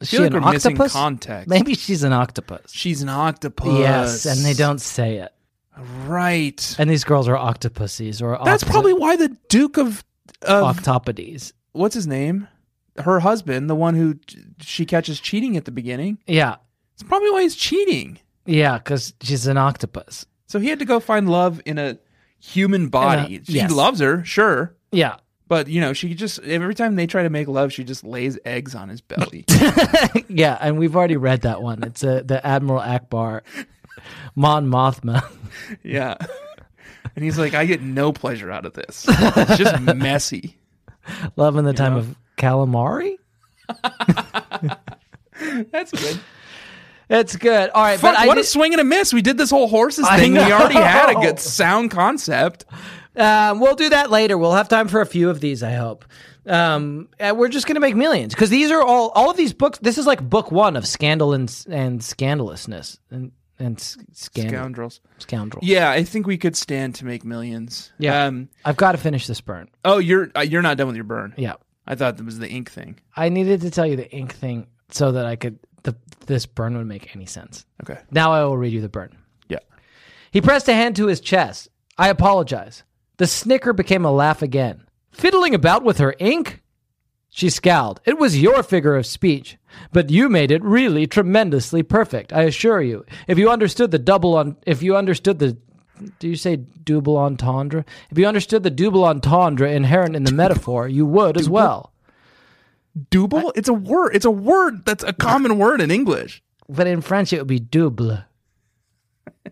B: Is
D: feel
B: she
D: like
B: an
D: we're missing
B: octopus?
D: context.
B: Maybe she's an octopus.
D: She's an octopus.
B: Yes, and they don't say it.
D: Right.
B: And these girls are octopuses or
D: That's
B: octo-
D: probably why the Duke of of
B: octopodes.
D: what's his name, her husband, the one who she catches cheating at the beginning.
B: Yeah,
D: It's probably why he's cheating.
B: yeah, because she's an octopus.
D: So he had to go find love in a human body. she
B: yes.
D: loves her, sure.
B: Yeah,
D: But you know, she just every time they try to make love, she just lays eggs on his belly.
B: yeah, and we've already read that one. It's a, the Admiral Akbar, Mon Mothma.
D: yeah. And he's like, I get no pleasure out of this. It's just messy.
B: Love in the time of calamari.
D: That's good.
B: It's good. All right,
D: Fuck,
B: but I
D: what
B: did-
D: a swing and a miss. We did this whole horses
B: I
D: thing. We already had a
B: know.
D: good sound concept.
B: Um, we'll do that later. We'll have time for a few of these, I hope. Um, and we're just going to make millions because these are all all of these books. This is like book one of scandal and and scandalousness and and s- scandal
D: Scoundrels.
B: scoundrel.
D: Yeah, I think we could stand to make millions.
B: Yeah.
D: Um,
B: I've got to finish this burn.
D: oh, you're uh, you're not done with your burn.
B: Yeah,
D: I thought that was the ink thing.
B: I needed to tell you the ink thing so that I could the, this burn would make any sense.
D: Okay.
B: Now I will read you the burn.
D: Yeah.
B: He pressed a hand to his chest. I apologize. The snicker became a laugh again. Fiddling about with her ink? She scowled. It was your figure of speech, but you made it really tremendously perfect, I assure you. If you understood the double on if you understood the do you say double entendre? If you understood the double entendre inherent in the metaphor, you would as well.
D: Double? it's a word. It's a word that's a common word in English.
B: But in French it would be double.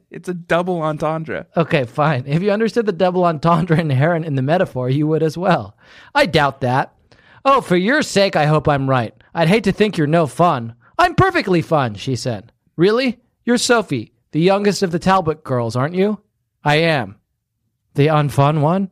D: It's a double entendre.
B: Okay, fine. If you understood the double entendre inherent in the metaphor, you would as well. I doubt that. Oh, for your sake, I hope I'm right. I'd hate to think you're no fun. I'm perfectly fun, she said. Really? You're Sophie, the youngest of the Talbot girls, aren't you? I am. The unfun one?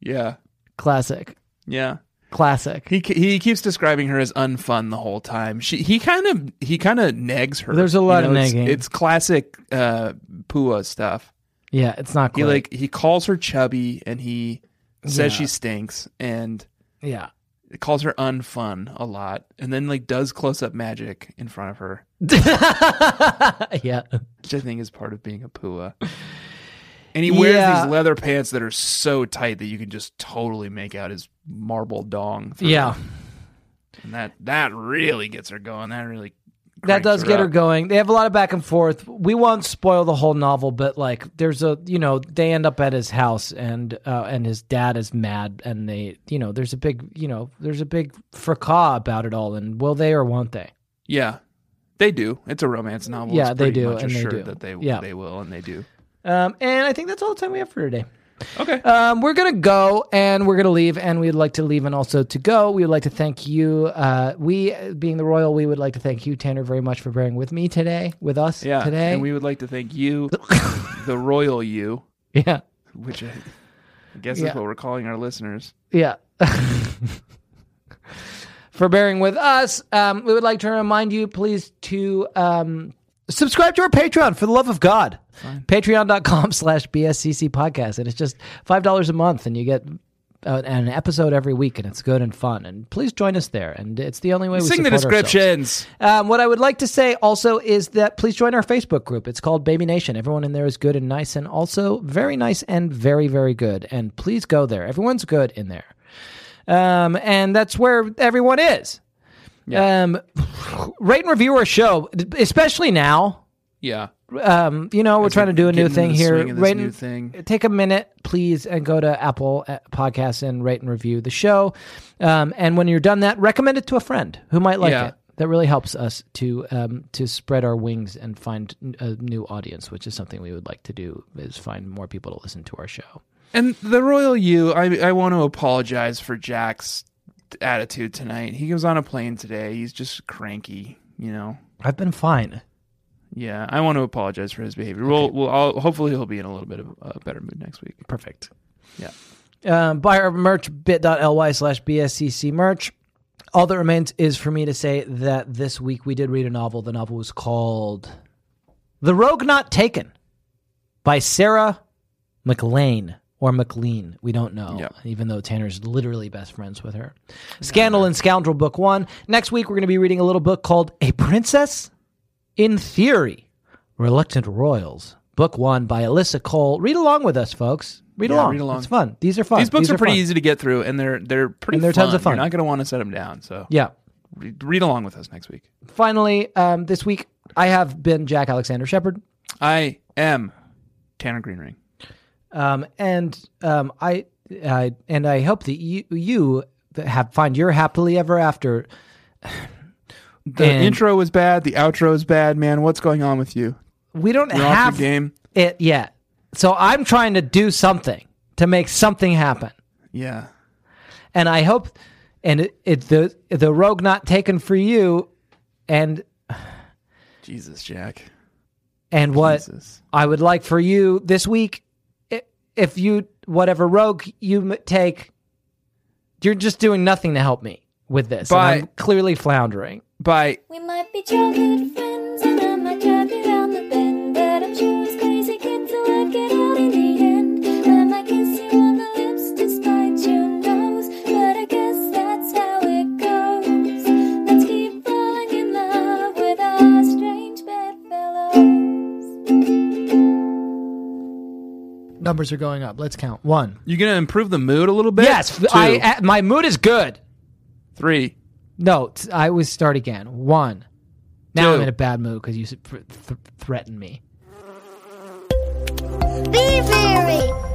D: Yeah.
B: Classic.
D: Yeah.
B: Classic.
D: He ke- he keeps describing her as unfun the whole time. She he kind of he kind of negs her.
B: There's a lot of
D: it's-
B: negging.
D: It's, classic uh, Pua stuff.
B: yeah, it's not
D: He
B: cool.
D: like he calls her chubby and he says
B: Yeah.
D: she stinks and
B: yeah.
D: calls her unfun a lot and then like does close up magic in front of her,
B: yeah.
D: which I think is part of being a Pua. And he wears
B: Yeah.
D: these leather pants that are so tight that you can just totally make out his marble dong. through
B: Yeah.
D: And that that really gets her going. That really
B: That
D: cranks
B: does get her
D: up.
B: going. They have a lot of back and forth. We won't spoil the whole novel, but like there's a you know, they end up at his house and uh, and his dad is mad and they you know, there's a big you know, there's a big fracas about it all and will they or won't they?
D: Yeah, they do. It's a romance novel.
B: Yeah,
D: It's
B: they
D: pretty
B: do,
D: Much
B: and they
D: assured
B: do.
D: That they
B: Yeah.
D: they will and they do.
B: Um and I think that's all the time we have for today.
D: Okay.
B: Um, we're gonna go and we're gonna leave, and we'd like to leave and also to go. We would like to thank you. Uh, we, uh, being the royal, we would like to thank you, Tanner, very much for bearing with me today, with us
D: yeah.
B: today.
D: And we would like to thank you, the royal you,
B: yeah,
D: which I I guess
B: Yeah.
D: is what we're calling our listeners.
B: yeah. for bearing with us, um, we would like to remind you, please, to um, subscribe to our Patreon for the love of God. Patreon.com slash BSCC podcast. And it's just $5 a month, and you get. Uh, an episode every week, and it's good and fun. And please join us there. And it's the only way we
D: Sing the
B: support ourselves.
D: descriptions.
B: Um, what I would like to say also is that please join our Facebook group. It's called Baby Nation. Everyone in there is good and nice, and also very nice and very, very good. And please go there. Everyone's good in there. Um, and that's where everyone is. Um, rate and review our show, especially now.
D: Yeah.
B: Um, you know, we're trying to do a new
D: Getting in
B: thing
D: the
B: here.
D: swing of this
B: Rate
D: new
B: and-
D: thing.
B: take a minute, please, and go to Apple uh, Podcasts and rate and review the show. Um, and when you're done that, recommend it to a friend who might like
D: Yeah.
B: it. That really helps us to um, to spread our wings and find n- a new audience, which is something we would like to do. Is find more people to listen to our show.
D: And the royal you, I I want to apologize for Jack's attitude tonight. He was on a plane today. He's just cranky. You know.
B: I've been fine.
D: Yeah, I want to apologize for his behavior. We'll, we'll I'll, hopefully he'll be in a little bit of a better mood next week.
B: Perfect.
D: Yeah.
B: Um, buy our merch bit.ly slash BSCC merch. All that remains is for me to say that this week we did read a novel. The novel was called The Rogue Not Taken by Sarah McLean or McLean. We don't know,
D: Yeah.
B: even though Tanner's literally best friends with her. Scandal and Scoundrel, Book One. Next week, we're going to be reading a little book called A Princess in Theory Reluctant Royals, Book One by Alyssa Cole. Read along with us, folks. Read,
D: Yeah,
B: along.
D: read along.
B: It's fun. These are fun.
D: These books are, pretty
B: fun.
D: easy to get through, and they're they're pretty.
B: And they're
D: fun.
B: tons of fun.
D: You're not going to want to set them down. So
B: Yeah.
D: re- read along with us next week.
B: Finally, um, this week, I have been Jack Alexander Shepard.
D: I am Tanner Greenring.
B: um, and um, I, I and I hope that you you that have find your happily ever after.
D: The
B: And-
D: intro was bad. The outro is bad. Man, what's going on with you?
B: We don't
D: You're off
B: have
D: your game.
B: it yet, so I'm trying to do something to make something happen,
D: Yeah,
B: and I hope, and it, it the the rogue not taken for you, and
D: Jesus, Jack.
B: and what
D: Jesus.
B: I would like for you this week, i- if you whatever rogue you m- take, you're just doing nothing to help me with this. and
D: Bye.
B: I'm clearly floundering.
D: Bye.
A: We might be childhood friends, and I might drive you round the bend. But I'm sure it's crazy kid to work it out in the end. I might kiss you on the lips despite your nose. But I guess that's how it goes. Let's keep falling in love with our strange bedfellows.
B: Numbers are going up. Let's count. One.
D: You gonna improve the mood a little bit?
B: Yes,
D: Two,
B: I, uh, my mood is good.
D: three.
B: No, t- I was start again. One. Now i I'm
D: Two.
B: in a bad mood because you s- th- th- threatened me.
E: Be very